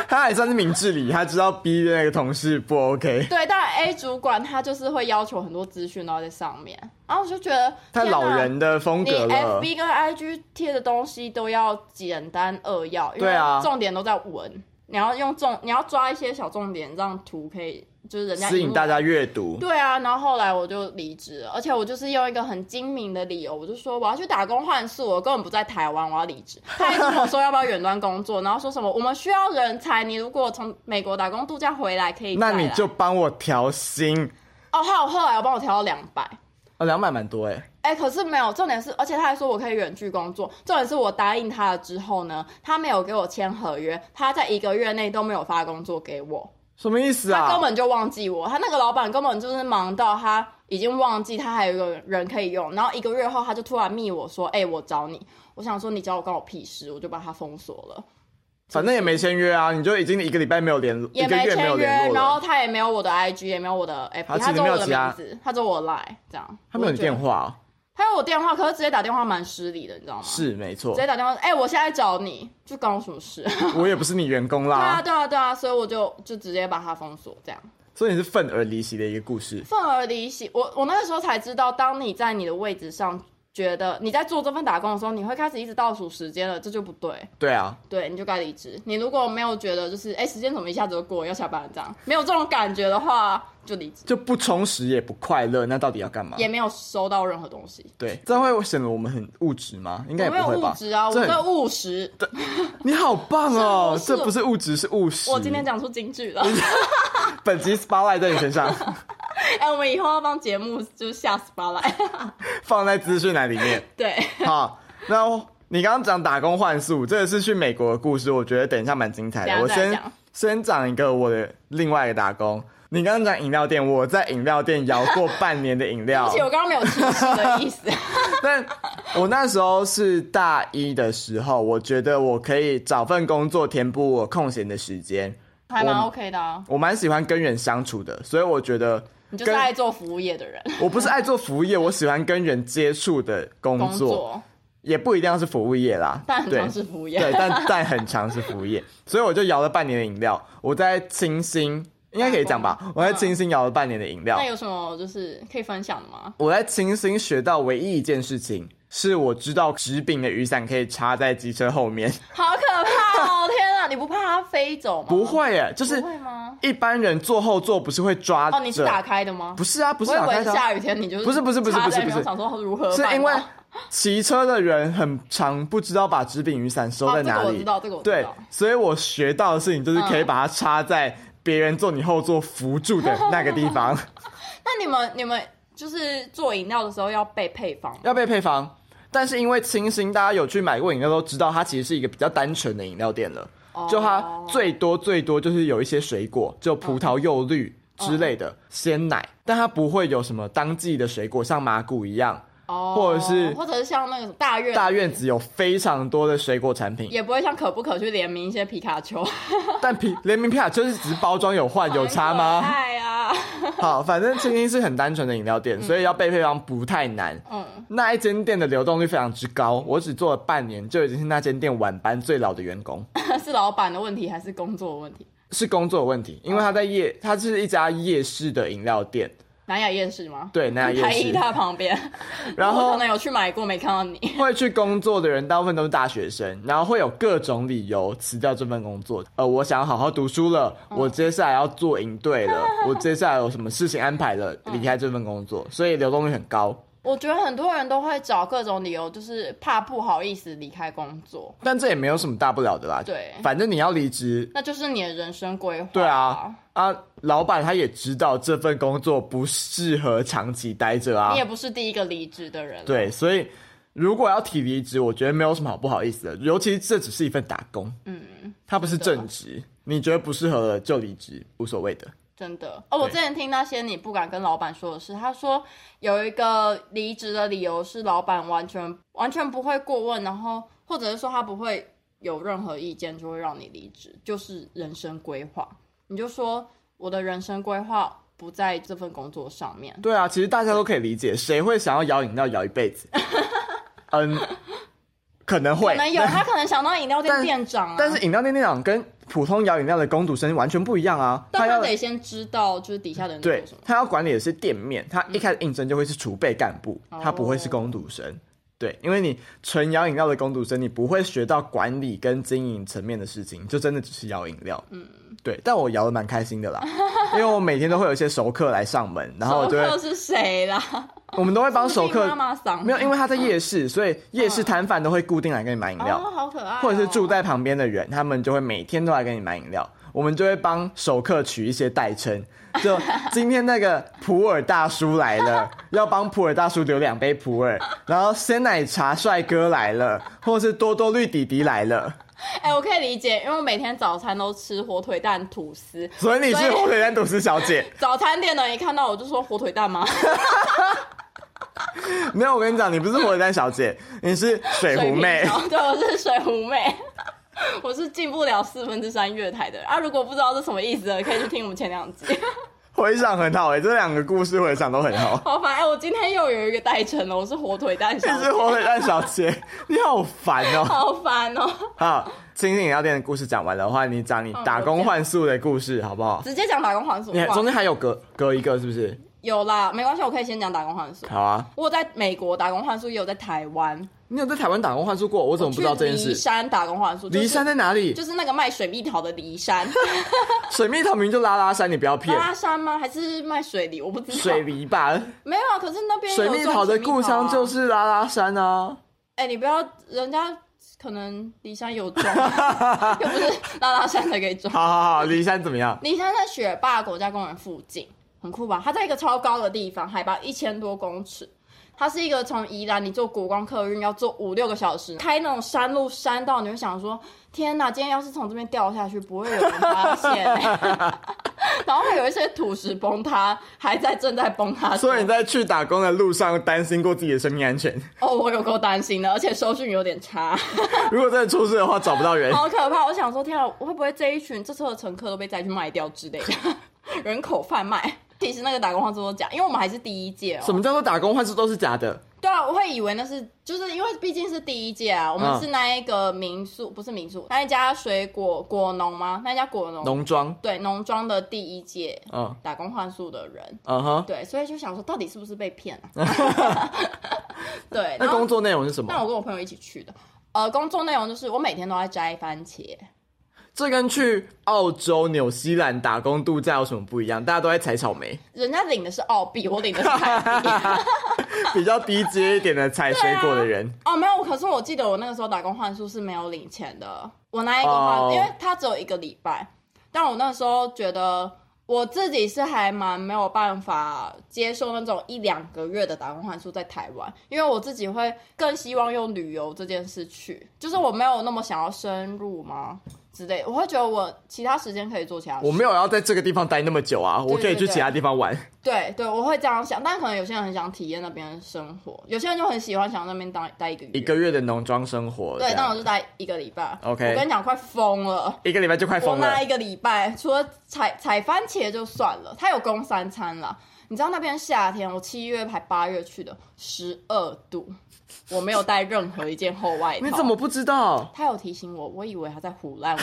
[SPEAKER 1] 他还算是明治里，他知道 B 的那个同事不 OK，
[SPEAKER 2] 对，但 A 主管他就是会要求很多资讯都要在上面，然后我就觉得
[SPEAKER 1] 他
[SPEAKER 2] 天
[SPEAKER 1] 老
[SPEAKER 2] 哪
[SPEAKER 1] 人的风
[SPEAKER 2] 你
[SPEAKER 1] 格了。
[SPEAKER 2] FB 跟 IG 贴的东西都要简单扼要，因
[SPEAKER 1] 对
[SPEAKER 2] 为
[SPEAKER 1] 啊
[SPEAKER 2] 重点都在文，你要用重，你要抓一些小重点，让图可以就是人家
[SPEAKER 1] 吸引大
[SPEAKER 2] 家。
[SPEAKER 1] 家阅读，
[SPEAKER 2] 对啊，然后后来我就离职了，而且我就是用一个很精明的理由，我就说我要去打工换宿，我根本不在台湾，我要离 职。他还跟我说要不要远端工作，然后说什么我们需要人才，你如果从美国打工度假回来可以再
[SPEAKER 1] 那
[SPEAKER 2] 来。啊
[SPEAKER 1] 你就帮我调薪。
[SPEAKER 2] 哦，还有后来我帮我调到两百，
[SPEAKER 1] 哦，两百蛮多哎、
[SPEAKER 2] 哎、可是没有，重点是，而且他还说我可以远距工作。重点是我答应他了之后呢，他没有给我签合约，他在一个月内都没有发工作给我，
[SPEAKER 1] 什么意思
[SPEAKER 2] 他
[SPEAKER 1] 啊
[SPEAKER 2] 根？本就忘记我。他那个老板根本就是忙到他已经忘记他还有一个人可以用，然后一个月后他就突然密我说：“哎、我找你。”我想说你找我关我屁事，我就把他封锁了，
[SPEAKER 1] 反正也没签约啊，你就已经一个礼拜没有联，一
[SPEAKER 2] 也
[SPEAKER 1] 个
[SPEAKER 2] 没
[SPEAKER 1] 月没有
[SPEAKER 2] 签约
[SPEAKER 1] 联，络
[SPEAKER 2] 然后
[SPEAKER 1] 了。
[SPEAKER 2] 他也没有我的 IG，也没有我的 FB，
[SPEAKER 1] 他其
[SPEAKER 2] 他
[SPEAKER 1] 实
[SPEAKER 2] 只有
[SPEAKER 1] 没有
[SPEAKER 2] 我的
[SPEAKER 1] 其他
[SPEAKER 2] 名字，他只有我来这样。
[SPEAKER 1] 他没有
[SPEAKER 2] 我
[SPEAKER 1] 你
[SPEAKER 2] 就觉得
[SPEAKER 1] 电，话、哦，
[SPEAKER 2] 他有我电话，可是直接打电话蛮失礼的，你知道吗？
[SPEAKER 1] 是没错
[SPEAKER 2] 直，接打电话，哎、我现在找你，就关我什么事？对
[SPEAKER 1] 我也不是你员工
[SPEAKER 2] 啊，
[SPEAKER 1] 啦，
[SPEAKER 2] 对啊，对啊，所以我就就直接把他封锁，这样
[SPEAKER 1] 所以你是愤而离席的一个故事。
[SPEAKER 2] 愤而离席。我我那个时候才知道，当你在你的位置上，觉得你在做这份打工的时候，你会开始一直倒数时间了，这就不对，
[SPEAKER 1] 对啊，
[SPEAKER 2] 对，你就该离职。你如果没有觉得就是，哎、时间怎么一下子就过，要下班了这样，没有这种感觉的话，就离职，
[SPEAKER 1] 就不充实也不快乐，那到底要干嘛？
[SPEAKER 2] 也没有收到任何东西。
[SPEAKER 1] 对，这样会显得我们很物质吗？应该
[SPEAKER 2] 我
[SPEAKER 1] 也
[SPEAKER 2] 没有
[SPEAKER 1] 不会
[SPEAKER 2] 物
[SPEAKER 1] 吧？
[SPEAKER 2] 质啊，我
[SPEAKER 1] 这
[SPEAKER 2] 最
[SPEAKER 1] 很
[SPEAKER 2] 务实。
[SPEAKER 1] 你好棒哦！
[SPEAKER 2] 是我是
[SPEAKER 1] 这不是物质，是务实。
[SPEAKER 2] 我今天讲出金句了，
[SPEAKER 1] 本集 spotlight 在你身上，
[SPEAKER 2] 哎、我们以后要帮节目就是下 SPA 来，
[SPEAKER 1] 放在资讯栏里面。
[SPEAKER 2] 对。
[SPEAKER 1] 好，那你刚刚讲打工换宿，这个是去美国的故事，我觉得等一下蛮精彩的。
[SPEAKER 2] 等
[SPEAKER 1] 我
[SPEAKER 2] 一下再
[SPEAKER 1] 先
[SPEAKER 2] 讲啊
[SPEAKER 1] 先讲一个我的另外一个打工。你刚刚讲饮料店，我在饮料店摇过半年的饮料
[SPEAKER 2] 而，且我刚刚没有歧视的意思，
[SPEAKER 1] 但我那时候是大一的时候，我觉得我可以找份工作填补我空闲的时间。
[SPEAKER 2] 还蛮
[SPEAKER 1] 我
[SPEAKER 2] OK 的啊。
[SPEAKER 1] 我蛮喜欢跟人相处的，所以我觉得
[SPEAKER 2] 你就是
[SPEAKER 1] 跟
[SPEAKER 2] 爱做服务业的人，
[SPEAKER 1] 我不是爱做服务业，我喜欢跟人接触的工
[SPEAKER 2] 工
[SPEAKER 1] 作，也不一定要是服务业啦，
[SPEAKER 2] 但很
[SPEAKER 1] 对
[SPEAKER 2] 常是服务
[SPEAKER 1] 对，
[SPEAKER 2] 业。
[SPEAKER 1] 但但很长是服务 业，所以我就摇了半年的饮料。我在清新，应该可以讲
[SPEAKER 2] 啊
[SPEAKER 1] 吧？我在清新摇了半年的饮料
[SPEAKER 2] 那。有什么就是可以分享的吗？
[SPEAKER 1] 我在清新学到唯一一件事情，是我知道纸饼的雨伞可以插在机车后面。
[SPEAKER 2] 好可怕哦！天啊，你不怕它飞走吗？
[SPEAKER 1] 不，会耶，就是
[SPEAKER 2] 不会吗？
[SPEAKER 1] 一般人坐后座不是会抓着？
[SPEAKER 2] 哦，你是打开的吗？
[SPEAKER 1] 不是啊，不是
[SPEAKER 2] 我以
[SPEAKER 1] 打
[SPEAKER 2] 为
[SPEAKER 1] 开的啊、
[SPEAKER 2] 下雨天你就是
[SPEAKER 1] 不是不是不是
[SPEAKER 2] 插在
[SPEAKER 1] 不是
[SPEAKER 2] 那边
[SPEAKER 1] 不是
[SPEAKER 2] 想说如何
[SPEAKER 1] 是啊
[SPEAKER 2] 办到？
[SPEAKER 1] 因为骑车的人很常不知道把纸饼雨伞收
[SPEAKER 2] 哦，
[SPEAKER 1] 在
[SPEAKER 2] 这个
[SPEAKER 1] 哪
[SPEAKER 2] 我
[SPEAKER 1] 里。
[SPEAKER 2] 知道，这个我知
[SPEAKER 1] 对
[SPEAKER 2] 道。，
[SPEAKER 1] 所以我学到的事情就是可以
[SPEAKER 2] 嗯
[SPEAKER 1] 把它插在别人坐你后座扶住的那个地方。
[SPEAKER 2] 那你们你们就是做饮料的时候要备配方吗，
[SPEAKER 1] 要被配方。但是因为清新，大家有去买过饮料都知道，它其实是一个比较单纯的饮料店了。
[SPEAKER 2] 哦
[SPEAKER 1] 就它最多最多就是有一些水果，就葡萄柚绿之类的、鲜奶，但它不会有什么当季的水果，像麻古一样。
[SPEAKER 2] 哦，
[SPEAKER 1] 或者是
[SPEAKER 2] 或者是像那个大院
[SPEAKER 1] 大院子有非常多的水果产品，
[SPEAKER 2] 也不会像可不可去联名一些皮卡丘，
[SPEAKER 1] 但皮联名皮卡丘是只是包装有换 有差 吗？
[SPEAKER 2] 哎呀、
[SPEAKER 1] 好，反正清新是很单纯的饮料店，所以要被配方不太难。
[SPEAKER 2] 嗯，
[SPEAKER 1] 那一间店的流动率非常之高，我只做了半年就已经是那间店晚班最老的员工。
[SPEAKER 2] 是老板的问题还是工作的问题？
[SPEAKER 1] 是工作的问题，因为他在夜，他是一家夜市的饮料店，
[SPEAKER 2] 南雅夜市吗？
[SPEAKER 1] 对南雅
[SPEAKER 2] 台
[SPEAKER 1] 夜
[SPEAKER 2] 一
[SPEAKER 1] 市，
[SPEAKER 2] 它旁边，
[SPEAKER 1] 然
[SPEAKER 2] 我
[SPEAKER 1] 后
[SPEAKER 2] 可能有去买过，没看到你。
[SPEAKER 1] 会去工作的人大部分都是大学生，然后会有各种理由辞掉这份工作。呃，我想好好读书了，我接下来要做营队了，我接下来有什么事情安排了，离开这份工作，所以流动率很高。
[SPEAKER 2] 我觉得很多人都会找各种理由，就是怕不好意思离开工作，
[SPEAKER 1] 但这也没有什么大不了的啦，
[SPEAKER 2] 对
[SPEAKER 1] 反正你要离职
[SPEAKER 2] 那就是你的人生规划。
[SPEAKER 1] 对
[SPEAKER 2] 哦
[SPEAKER 1] 啊，啊，老板他也知道这份工作不适合长期待着啊
[SPEAKER 2] 你也，不是第一个离职的人。，
[SPEAKER 1] 对，啊所以如果要提离职，我觉得没有什么好不好意思的，尤其这只是一份打工，
[SPEAKER 2] 嗯，啊
[SPEAKER 1] 它不是正职，你觉得不适合了就离职，无所谓的。
[SPEAKER 2] 真的。哦，我之
[SPEAKER 1] 对
[SPEAKER 2] 前听那些你不敢跟老板说的事，他说有一个离职的理由是老板完全完全不会过问，然后或者是说他不会有任何意见，就会让你离职，就是人生规划。你就说我的人生规划不在这份工作上面，
[SPEAKER 1] 对啊，其实大家都可以理解，谁会想要摇饮料摇一辈 子？嗯，可能会
[SPEAKER 2] 可，能有他可能想到饮料店
[SPEAKER 1] 但
[SPEAKER 2] 店长啊，
[SPEAKER 1] 但是饮料店店长跟普通摇饮料的工读生完全不一样啊，
[SPEAKER 2] 但
[SPEAKER 1] 要
[SPEAKER 2] 他得先知道就是底下的人在
[SPEAKER 1] 对
[SPEAKER 2] 做什么。嗯
[SPEAKER 1] 他要管理的是店面，他一开始应征就会是储备干部，
[SPEAKER 2] 哦
[SPEAKER 1] 他不会是工读生。对，因为你纯摇饮料的工读生，你不会学到管理跟经营层面的事情，就真的只是摇饮料。嗯，对。但我摇的蛮开心的啦， 因为我每天都会有一些熟客来上门，然后我
[SPEAKER 2] 熟
[SPEAKER 1] 就会
[SPEAKER 2] 客是谁啦？
[SPEAKER 1] 我们都会帮熟
[SPEAKER 2] 是
[SPEAKER 1] 客
[SPEAKER 2] 你妈妈桑
[SPEAKER 1] 没有，因为他在夜市，所以夜
[SPEAKER 2] 嗯
[SPEAKER 1] 市摊贩都会固定来跟你买饮料。
[SPEAKER 2] 哦，好可爱哦、
[SPEAKER 1] 或者是住在旁边的人，他们就会每天都来跟你买饮料，我们就会帮熟客取一些代称。就今天那个普洱大叔来了，要帮普洱大叔留两杯普洱，然后鲜奶茶帅哥来了，或是多多绿弟弟来了，
[SPEAKER 2] 哎、我可以理解，因为我每天早餐都吃火腿蛋吐司。
[SPEAKER 1] 所以你是火腿蛋吐司小姐。
[SPEAKER 2] 早餐店的人一看到我就说火腿蛋吗？
[SPEAKER 1] 没有，我跟你讲，你不是火腿蛋小姐，你是水
[SPEAKER 2] 水
[SPEAKER 1] 壶
[SPEAKER 2] 瓶
[SPEAKER 1] 妹。
[SPEAKER 2] 座对，我是水壶妹，我是进不了四分之三月台的人啊。如果不知道是什么意思的，可以去听我们前两集。
[SPEAKER 1] 回想很好哎、这两个故事回想都很好。
[SPEAKER 2] 好烦，哎、我今天又有一个代称了，我是火腿蛋
[SPEAKER 1] 你
[SPEAKER 2] 小姐
[SPEAKER 1] 是火腿蛋小姐，你好烦 哦、
[SPEAKER 2] 好烦哦、
[SPEAKER 1] 好，清醒饮料店的故事讲完了的话，你讲你打
[SPEAKER 2] 哦
[SPEAKER 1] 工换宿的故事好不好？
[SPEAKER 2] 直接讲打工换宿
[SPEAKER 1] 你还
[SPEAKER 2] 哇
[SPEAKER 1] 中间还有隔隔一个是不是？
[SPEAKER 2] 有啦，没关系，我可以先讲打工换宿。
[SPEAKER 1] 好啊，
[SPEAKER 2] 我有在美国打工换宿，也有在台湾。
[SPEAKER 1] 你有在台湾打工换宿过？我怎么不知道这件
[SPEAKER 2] 去骊
[SPEAKER 1] 事？
[SPEAKER 2] 山打工换宿，
[SPEAKER 1] 骊山在哪里？
[SPEAKER 2] 就是、就是那个卖水蜜桃的骊山，
[SPEAKER 1] 水蜜桃明明就拉拉山，你不要骗。
[SPEAKER 2] 拉山吗？还是卖水梨？我不知道。
[SPEAKER 1] 水梨吧，
[SPEAKER 2] 啊 没有啊，可是那边
[SPEAKER 1] 水
[SPEAKER 2] 有
[SPEAKER 1] 蜜
[SPEAKER 2] 种……
[SPEAKER 1] 桃的故乡就是是拉拉山啊。
[SPEAKER 2] 啊哎、你不要，人家可能骊山有种，啊又不是拉拉山才可以种。
[SPEAKER 1] 好好好，骊山怎么样？
[SPEAKER 2] 骊山在雪霸国家公园附近，很酷吧？它在一个超高的地方，海拔一千多公尺。它是一个从宜兰你坐国光客运要坐五六个小时，开那种山路山道，你会想说：天哪！今天要是从这边掉下去，不会有人发现、 然后会有一些土石崩塌，还在正在崩塌中。
[SPEAKER 1] 所以你在去打工的路上担心过自己的生命安 全，
[SPEAKER 2] 哦，我有够担心的，而且收讯有 点差，
[SPEAKER 1] 如果真的出事的话找不到人。
[SPEAKER 2] 好可怕！我想说，天啊，会不会这一群这车的乘客都被载去卖掉之类的， 人口贩卖？其实那个打工换宿都假，因为我们还是第一届哦、
[SPEAKER 1] 什么叫做打工换宿都是假的？
[SPEAKER 2] 对啊，我会以为那是，就是因为毕竟是第一届啊，我们
[SPEAKER 1] 嗯
[SPEAKER 2] 是那一个民宿，不是民宿，那一家水果果农吗？那一家果农，
[SPEAKER 1] 农庄，
[SPEAKER 2] 对，农庄的第一届
[SPEAKER 1] 嗯
[SPEAKER 2] 打工换宿的人，
[SPEAKER 1] 嗯哼，
[SPEAKER 2] 对，所以就想说，到底是不是被骗 啊？ 对，然
[SPEAKER 1] 那
[SPEAKER 2] 后
[SPEAKER 1] 工作内容是什么
[SPEAKER 2] 但？我跟我朋友一起去的。呃，工作内容就是我每天都在摘番茄，
[SPEAKER 1] 这跟去澳洲、纽西兰打工度假有什么不一样？大家都在采草 莓，
[SPEAKER 2] 人家领的是澳币，我领的是台币。
[SPEAKER 1] 比较低阶一点的采水果的人，
[SPEAKER 2] 哦，没有，可是我记得我那个时候打工换宿是没有领钱的。我那一个话
[SPEAKER 1] 哦
[SPEAKER 2] 因为它只有一个礼拜，但我那时候觉得我自己是还蛮没有办法接受那种一两个月的打工换宿在台湾，因为我自己会更希望用旅游这件事去，就是我没有那么想要深入嘛之类的，我会觉得我其他时间可以做其他事。
[SPEAKER 1] 我没有要在这个地方待那么久啊，我可以
[SPEAKER 2] 对
[SPEAKER 1] 去其他地方玩。
[SPEAKER 2] 对对，我会这样想，但可能有些人很想体验那边的生活，有些人就很喜欢想在那边待待一个月。
[SPEAKER 1] 一个月的农庄生活，
[SPEAKER 2] 对，
[SPEAKER 1] 这
[SPEAKER 2] 但我
[SPEAKER 1] 样
[SPEAKER 2] 就待一个礼拜。
[SPEAKER 1] OK
[SPEAKER 2] 我跟你讲，快疯了。
[SPEAKER 1] 一个礼拜就快
[SPEAKER 2] 我
[SPEAKER 1] 疯了
[SPEAKER 2] 那。一个礼拜，除了采采番茄就算了，它有供三餐啦。你知道那边夏天，我七月还八月去的，十二度，我没有带任何一件厚外套。
[SPEAKER 1] 你怎么不知道？
[SPEAKER 2] 他有提醒我，我以为他在胡乱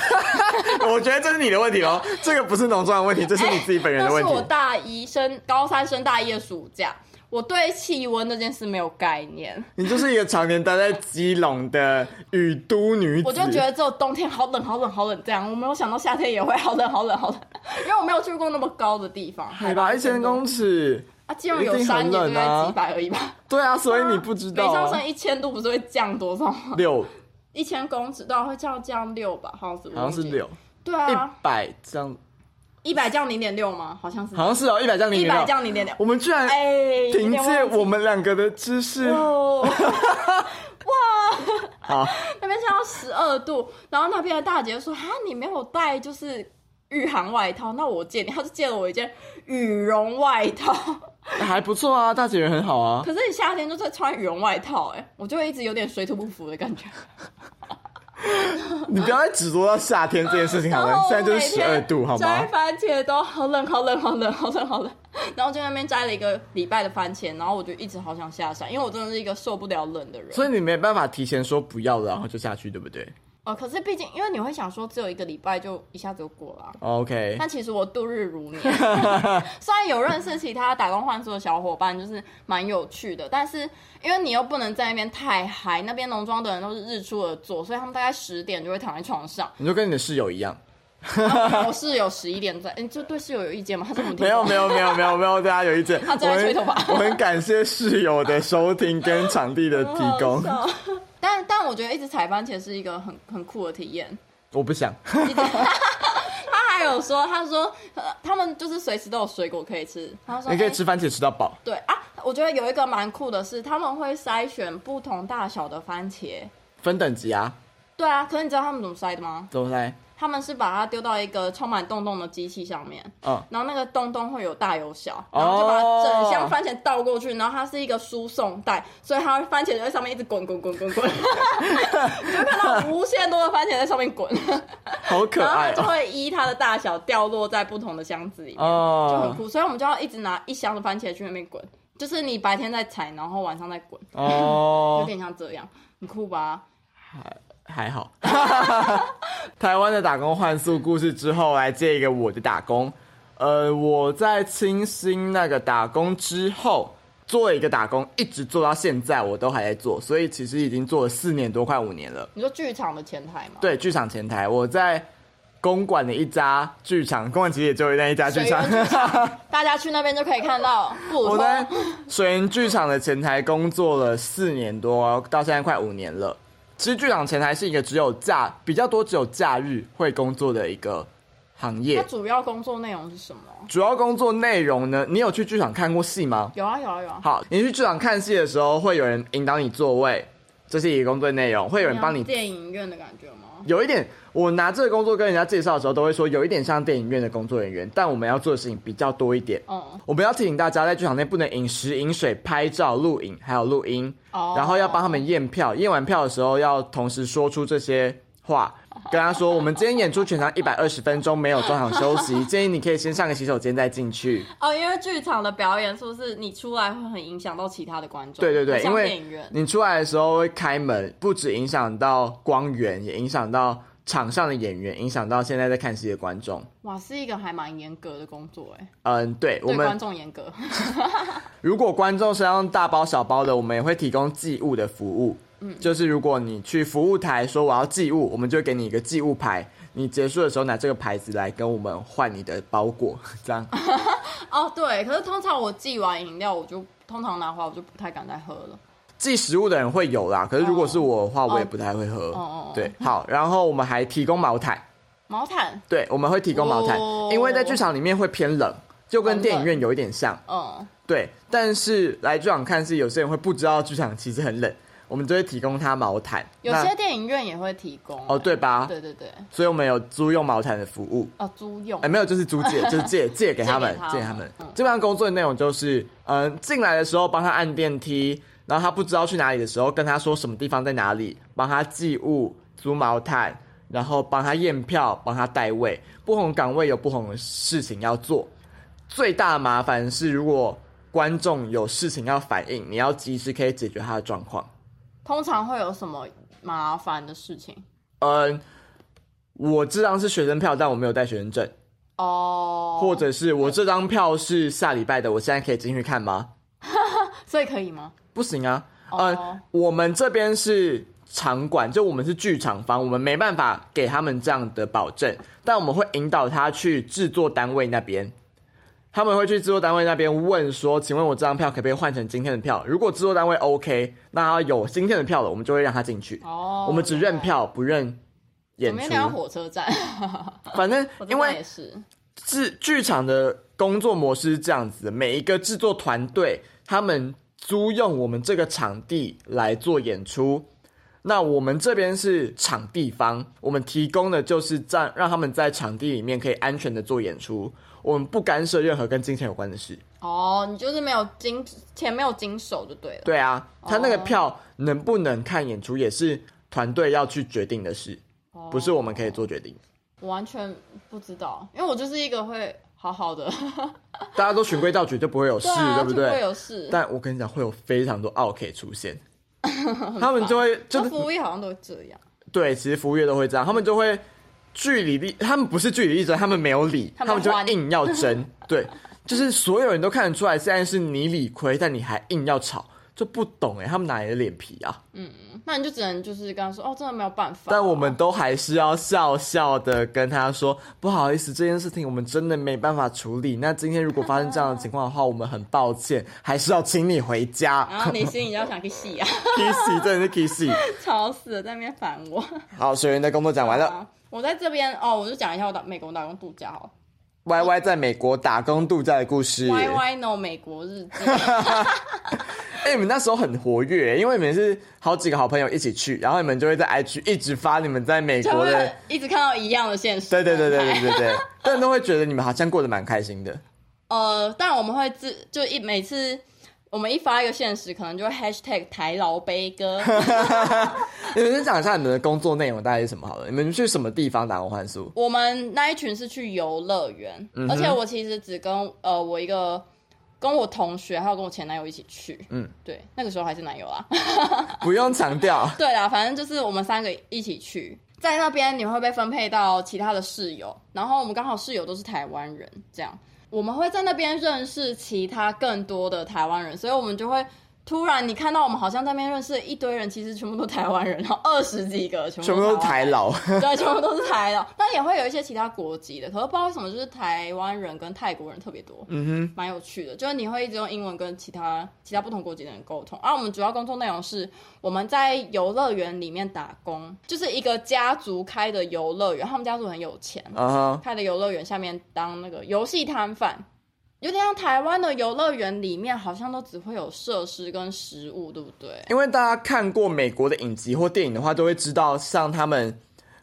[SPEAKER 2] 我。
[SPEAKER 1] 我觉得这是你的问题喽，这个不是农庄的问题，这是你自己本人
[SPEAKER 2] 那
[SPEAKER 1] 的问
[SPEAKER 2] 是
[SPEAKER 1] 题。
[SPEAKER 2] 我大一升高三升大一的暑假，我对气温这件事没有概念，
[SPEAKER 1] 你就是一个常年待在基隆的雨都女子。
[SPEAKER 2] 我就觉得只有冬天好冷好冷好冷这样，我没有想到夏天也会好冷好冷好冷，因为我没有去过那么高的地方，
[SPEAKER 1] 海
[SPEAKER 2] 海
[SPEAKER 1] 拔
[SPEAKER 2] 拔
[SPEAKER 1] 一千公尺，
[SPEAKER 2] 啊，基隆有山也
[SPEAKER 1] 一定
[SPEAKER 2] 就
[SPEAKER 1] 很冷啊
[SPEAKER 2] 在几百而 已吧。
[SPEAKER 1] 对啊，所以你不知
[SPEAKER 2] 北
[SPEAKER 1] 道、
[SPEAKER 2] 上
[SPEAKER 1] 啊
[SPEAKER 2] 升。一千度不是会降多少吗？
[SPEAKER 1] 六
[SPEAKER 2] 一千公尺对啊，会降降六吧，好像是
[SPEAKER 1] 好像是，六，哎
[SPEAKER 2] 对
[SPEAKER 1] 一
[SPEAKER 2] 啊，
[SPEAKER 1] 百这样，
[SPEAKER 2] 一百降零点六吗？好像是
[SPEAKER 1] 好像是哦，一百降零
[SPEAKER 2] 嗯一
[SPEAKER 1] 点
[SPEAKER 2] 百
[SPEAKER 1] 六。
[SPEAKER 2] 降零点六，
[SPEAKER 1] 我们居然
[SPEAKER 2] 哎，
[SPEAKER 1] 凭
[SPEAKER 2] 有点
[SPEAKER 1] 借
[SPEAKER 2] 忘记
[SPEAKER 1] 我们两个的知识，
[SPEAKER 2] 哦，
[SPEAKER 1] 好，
[SPEAKER 2] 那边降到十二度，然后那边的大姐就说：“哈，你没有带就是御寒外套，那我借你。”她就借了我一件羽绒外套，
[SPEAKER 1] 还不错啊，大姐人很好 啊。
[SPEAKER 2] 可是你夏天就是穿羽绒外套、哎，我就会一直有点水土不服的感觉。
[SPEAKER 1] 你不要再执着到夏天这件事情好
[SPEAKER 2] 然
[SPEAKER 1] 了，
[SPEAKER 2] 后
[SPEAKER 1] 现在
[SPEAKER 2] 哦我
[SPEAKER 1] 就
[SPEAKER 2] 每
[SPEAKER 1] 是十二
[SPEAKER 2] 天
[SPEAKER 1] 度，好吗
[SPEAKER 2] 摘？番茄都好冷，好冷，好冷，好冷，好冷。然后就在那边摘了一个礼拜的番茄，然后我就一直好想下山，因为我真的是一个受不了冷的人。
[SPEAKER 1] 所以你没办法提前说不要了，然后就下去，对不对
[SPEAKER 2] 哦，可是毕竟因为你会想说，只有一个礼拜就一下子就过了啊、
[SPEAKER 1] 哦？OK，。
[SPEAKER 2] 但其实我度日如年， 虽然有认识其他打工换宿的小伙伴，就是蛮有趣的，但是因为你又不能在那边太嗨，那边农庄的人都是日出而作，所以他们大概十点就会躺在床上
[SPEAKER 1] 你就跟你的室友一样，
[SPEAKER 2] 我室友十一点在，你就对室友有意见吗？他说我们
[SPEAKER 1] 没有没
[SPEAKER 2] 有，
[SPEAKER 1] 有没有没有没有，大家有意 见。
[SPEAKER 2] 他正在吹头发
[SPEAKER 1] 我很我很感谢室友的收听跟场地的提供
[SPEAKER 2] 很。 好笑。但但我觉得一直采番茄是一个很很酷的体验。
[SPEAKER 1] 我不想，
[SPEAKER 2] 他还有说，他说、呃、他们就是随时都有水果可以吃。他说
[SPEAKER 1] 你可以
[SPEAKER 2] 哎
[SPEAKER 1] 吃番茄吃到饱。
[SPEAKER 2] 对啊，我觉得有一个蛮酷的是，他们会筛选不同大小的番茄。
[SPEAKER 1] 分等级啊，
[SPEAKER 2] 对啊，可是你知道他们怎么筛的吗？
[SPEAKER 1] 怎么来？
[SPEAKER 2] 他们是把它丢到一个充满洞洞的机器上面，
[SPEAKER 1] 嗯，
[SPEAKER 2] 然后那个洞洞会有大有小，
[SPEAKER 1] 哦
[SPEAKER 2] 然后就把整箱番茄倒过去，然后它是一个输送带，所以它番茄就在上面一直滚滚滚滚 滚，就会看到无限多的番茄在上面滚，
[SPEAKER 1] 好可
[SPEAKER 2] 然后
[SPEAKER 1] 爱
[SPEAKER 2] 它就
[SPEAKER 1] 哦。
[SPEAKER 2] 会依它的大小掉落在不同的箱子里面，就很
[SPEAKER 1] 哦
[SPEAKER 2] 酷。所以我们就要一直拿一箱的番茄去那边滚，就是你白天在采，然后晚上再滚，有
[SPEAKER 1] 哦，
[SPEAKER 2] 点像这样，很酷吧？
[SPEAKER 1] 还好。 台湾的打工换宿故事之后，来接一个我的打工。呃，我在清新那个打工之后，做了一个打工，一直做到现在，我都还在做，所以其实已经做了四年多，快五年了。
[SPEAKER 2] 你说剧场的前台吗？
[SPEAKER 1] 对，剧场前台，我在公馆的一家剧场，公馆其实也就那一家剧场。
[SPEAKER 2] 水源剧大家去那边就可以看到不
[SPEAKER 1] 我
[SPEAKER 2] 同。
[SPEAKER 1] 在 水源剧场的前台工作了四年多，到现在快五年了。其实剧场前台是一个只有假比较多，只有假日会工作的一个行
[SPEAKER 2] 它
[SPEAKER 1] 业。
[SPEAKER 2] 主要工作内容是什么？
[SPEAKER 1] 主要工作内容呢，你有去剧场看过戏吗？
[SPEAKER 2] 有啊有啊有啊，
[SPEAKER 1] 好，你去剧场看戏的时候，会有人引导你座位，这是一个工作内容，会有人啊帮你
[SPEAKER 2] 像电影院的感觉吗？
[SPEAKER 1] 有一点，我拿这个工作跟人家介绍的时候，都会说有一点像电影院的工作人员，但我们要做的事情比较多一点。
[SPEAKER 2] 嗯，
[SPEAKER 1] 我们要提醒大家，在剧场内不能饮食、饮水、拍照、录影，还有录音，
[SPEAKER 2] 哦
[SPEAKER 1] 然后要帮他们验票。验完票的时候，要同时说出这些话，跟他说：“我们今天演出全长一百二十分钟，没有中场休息，建议你可以先上个洗手间再进去。
[SPEAKER 2] 哦，因为剧场的表演是不是你出来会很影响到其他的观众？”
[SPEAKER 1] 对对对，
[SPEAKER 2] 不
[SPEAKER 1] 因
[SPEAKER 2] 像
[SPEAKER 1] 为
[SPEAKER 2] 电影院
[SPEAKER 1] 你出来的时候会开门，不止影响到光源，也影响到场上的演员，影响到现在在看戏的观众。
[SPEAKER 2] 哇是一个还蛮严格的工作哎，
[SPEAKER 1] 嗯，对，我
[SPEAKER 2] 对观
[SPEAKER 1] 们
[SPEAKER 2] 众严格。
[SPEAKER 1] 如果观众身上大包小包的，我们也会提供寄物的服务。嗯，就是如果你去服务台说我要寄物，我们就会给你一个寄物牌。你结束的时候拿这个牌子来跟我们换你的包裹， 这样。
[SPEAKER 2] 哦对，可是通常我寄完饮料，我就通常拿回来我就不太敢再喝了。
[SPEAKER 1] 寄食物的人会有啦，可是如果是我的话，我也不太会喝。
[SPEAKER 2] 哦哦
[SPEAKER 1] 对，好，然后我们还提供毛毯，
[SPEAKER 2] 毛毯，
[SPEAKER 1] 对，我们会提供毛毯，
[SPEAKER 2] 哦
[SPEAKER 1] 因为在剧场里面会偏冷，就跟电影院有一点像。
[SPEAKER 2] 嗯，
[SPEAKER 1] 对，但是来剧场看戏，有些人会不知道剧场其实很冷，我们就会提供他毛毯。
[SPEAKER 2] 有
[SPEAKER 1] 那
[SPEAKER 2] 些电影院也会提供
[SPEAKER 1] 哦，
[SPEAKER 2] 哎
[SPEAKER 1] 对吧？
[SPEAKER 2] 对对对，
[SPEAKER 1] 所以我们有租用毛毯的服务。
[SPEAKER 2] 哦租用
[SPEAKER 1] 哎、没有，就是租 借，就是借借给他们，
[SPEAKER 2] 借
[SPEAKER 1] 借
[SPEAKER 2] 给
[SPEAKER 1] 给
[SPEAKER 2] 他
[SPEAKER 1] 他
[SPEAKER 2] 们
[SPEAKER 1] 们
[SPEAKER 2] 嗯。
[SPEAKER 1] 基本上工作的内容就是，嗯，进来的时候帮他按电梯，然后他不知道去哪里的时候，跟他说什么地方在哪里，帮他寄物、租毛毯，然后帮他验票、帮他代位。不同岗位有不同的事情要做。最大的麻烦是，如果观众有事情要反映，你要及时可以解决他的状况。
[SPEAKER 2] 通常会有什么麻烦的事情？
[SPEAKER 1] 嗯，我这张是学生票，但我没有带学生证，
[SPEAKER 2] 哦，
[SPEAKER 1] 或者是我这张票是下礼拜的，我现在可以进去看吗？
[SPEAKER 2] 所以可以吗？
[SPEAKER 1] 不行啊，
[SPEAKER 2] 哦
[SPEAKER 1] 呃，我们这边是场馆，就我们是剧场方，我们没办法给他们这样的保证，但我们会引导他去制作单位那边，他们会去制作单位那边问说，请问我这张票可不可以换成今天的票？如果制作单位 OK，那他有今天的票了，我们就会让他进去，
[SPEAKER 2] 哦，
[SPEAKER 1] 我们只认票不认
[SPEAKER 2] 原
[SPEAKER 1] 演
[SPEAKER 2] 来，
[SPEAKER 1] 出
[SPEAKER 2] 怎么，样？火 车站，
[SPEAKER 1] 反正
[SPEAKER 2] 火车
[SPEAKER 1] 因
[SPEAKER 2] 站
[SPEAKER 1] 为
[SPEAKER 2] 也是，
[SPEAKER 1] 制剧场的工作模式是这样子的，每一个制作团队他们租用我们这个场地来做演出。那我们这边是场地方，我们提供的就是让让他们在场地里面可以安全的做演出，我们不干涉任何跟金钱有关的事。
[SPEAKER 2] 哦，你就是没有经钱没有经手就对了。
[SPEAKER 1] 对啊，他那个
[SPEAKER 2] 哦
[SPEAKER 1] 票能不能看演出也是团队要去决定的事，
[SPEAKER 2] 哦
[SPEAKER 1] 不是我们可以做决定。
[SPEAKER 2] 我完全不知道，因为我就是一个会好好 的，
[SPEAKER 1] 大家都循规蹈矩就不会有事，
[SPEAKER 2] 对啊，
[SPEAKER 1] 对不对？
[SPEAKER 2] 会有事，
[SPEAKER 1] 但我跟你讲，会有非常多 OK 出 现，他们就会就
[SPEAKER 2] 这
[SPEAKER 1] 是
[SPEAKER 2] 服务业好像都会这样，
[SPEAKER 1] 对，其实服务业都会这样，他们就会据理力，他们不是据理力争，他们没有理，
[SPEAKER 2] 他
[SPEAKER 1] 他
[SPEAKER 2] 们
[SPEAKER 1] 们就
[SPEAKER 2] 欢
[SPEAKER 1] 硬要 争，对，就是所有人都看得出来，现在是你理亏，但你还硬要吵，就不懂哎、他们哪来的脸皮啊？
[SPEAKER 2] 那你就只能就是跟他说，哦，真的没有办法。
[SPEAKER 1] 但我们都还是要笑笑的跟他说，不好意思，这件事情我们真的没办法处理。那今天如果发生这样的情况的话，我们很抱歉，还是要请你回 家。
[SPEAKER 2] 然啊后你心里就想去洗啊，
[SPEAKER 1] Kissy 真的是 Kissy。
[SPEAKER 2] 吵死了，在那边烦我。
[SPEAKER 1] 好，学员的工作讲完了。
[SPEAKER 2] 啊我在这边哦，我就讲一下我到美国打工度假好了。
[SPEAKER 1] Y Y 在美国打工度假的故事。
[SPEAKER 2] Y Y No 美国日记，
[SPEAKER 1] 哎、你们那时候很活跃，因为你们是好几个好朋友一起去，然后你们就会在 IG 一直发你们在美
[SPEAKER 2] 就
[SPEAKER 1] 国
[SPEAKER 2] 会
[SPEAKER 1] 的。
[SPEAKER 2] 一直看到一样的现实。
[SPEAKER 1] 对对对对对对对，但都会觉得你们好像过得蛮开心的。
[SPEAKER 2] 呃，但我们会自就一每次我们一发一个现实，可能就会 Hashtag 台劳悲 歌。
[SPEAKER 1] 你们先讲一下你们的工作内容大概是什么好了？你们去什么地方打工换宿？
[SPEAKER 2] 我们那一群是去游乐园，
[SPEAKER 1] 嗯
[SPEAKER 2] 而且我其实只跟呃我一个跟我同学还有跟我前男友一起去，
[SPEAKER 1] 嗯
[SPEAKER 2] 嗯，对，那个时候还是男友啊啦，
[SPEAKER 1] 不用强调，
[SPEAKER 2] 对啦，反正就是我们三个一起去，在那边你会被分配到其他的室友，然后我们刚好室友都是台湾人，这样我们会在那边认识其他更多的台湾人，所以我们就会。突然，你看到我们好像在那边认识一堆人，其实全部都台湾人，然后二十几个，全
[SPEAKER 1] 全部
[SPEAKER 2] 都
[SPEAKER 1] 都
[SPEAKER 2] 是
[SPEAKER 1] 是 台佬。
[SPEAKER 2] 对，全部都是台的，但也会有一些其他国籍的，可是不知道为什么，就是台湾人跟泰国人特别多，
[SPEAKER 1] 嗯
[SPEAKER 2] 蛮有趣的。就是你会一直用英文跟其他其他不同国籍的人沟通。而、我们主要工作内容是我们在游乐园里面打工，就是一个家族开的游乐园，他们家族很有钱，
[SPEAKER 1] 哼，啊
[SPEAKER 2] 开的游乐园下面当那个游戏摊贩。有点像台湾的游乐园里面，好像都只会有设施跟食物，对不对？
[SPEAKER 1] 因为大家看过美国的影集或电影的话，都会知道，像他们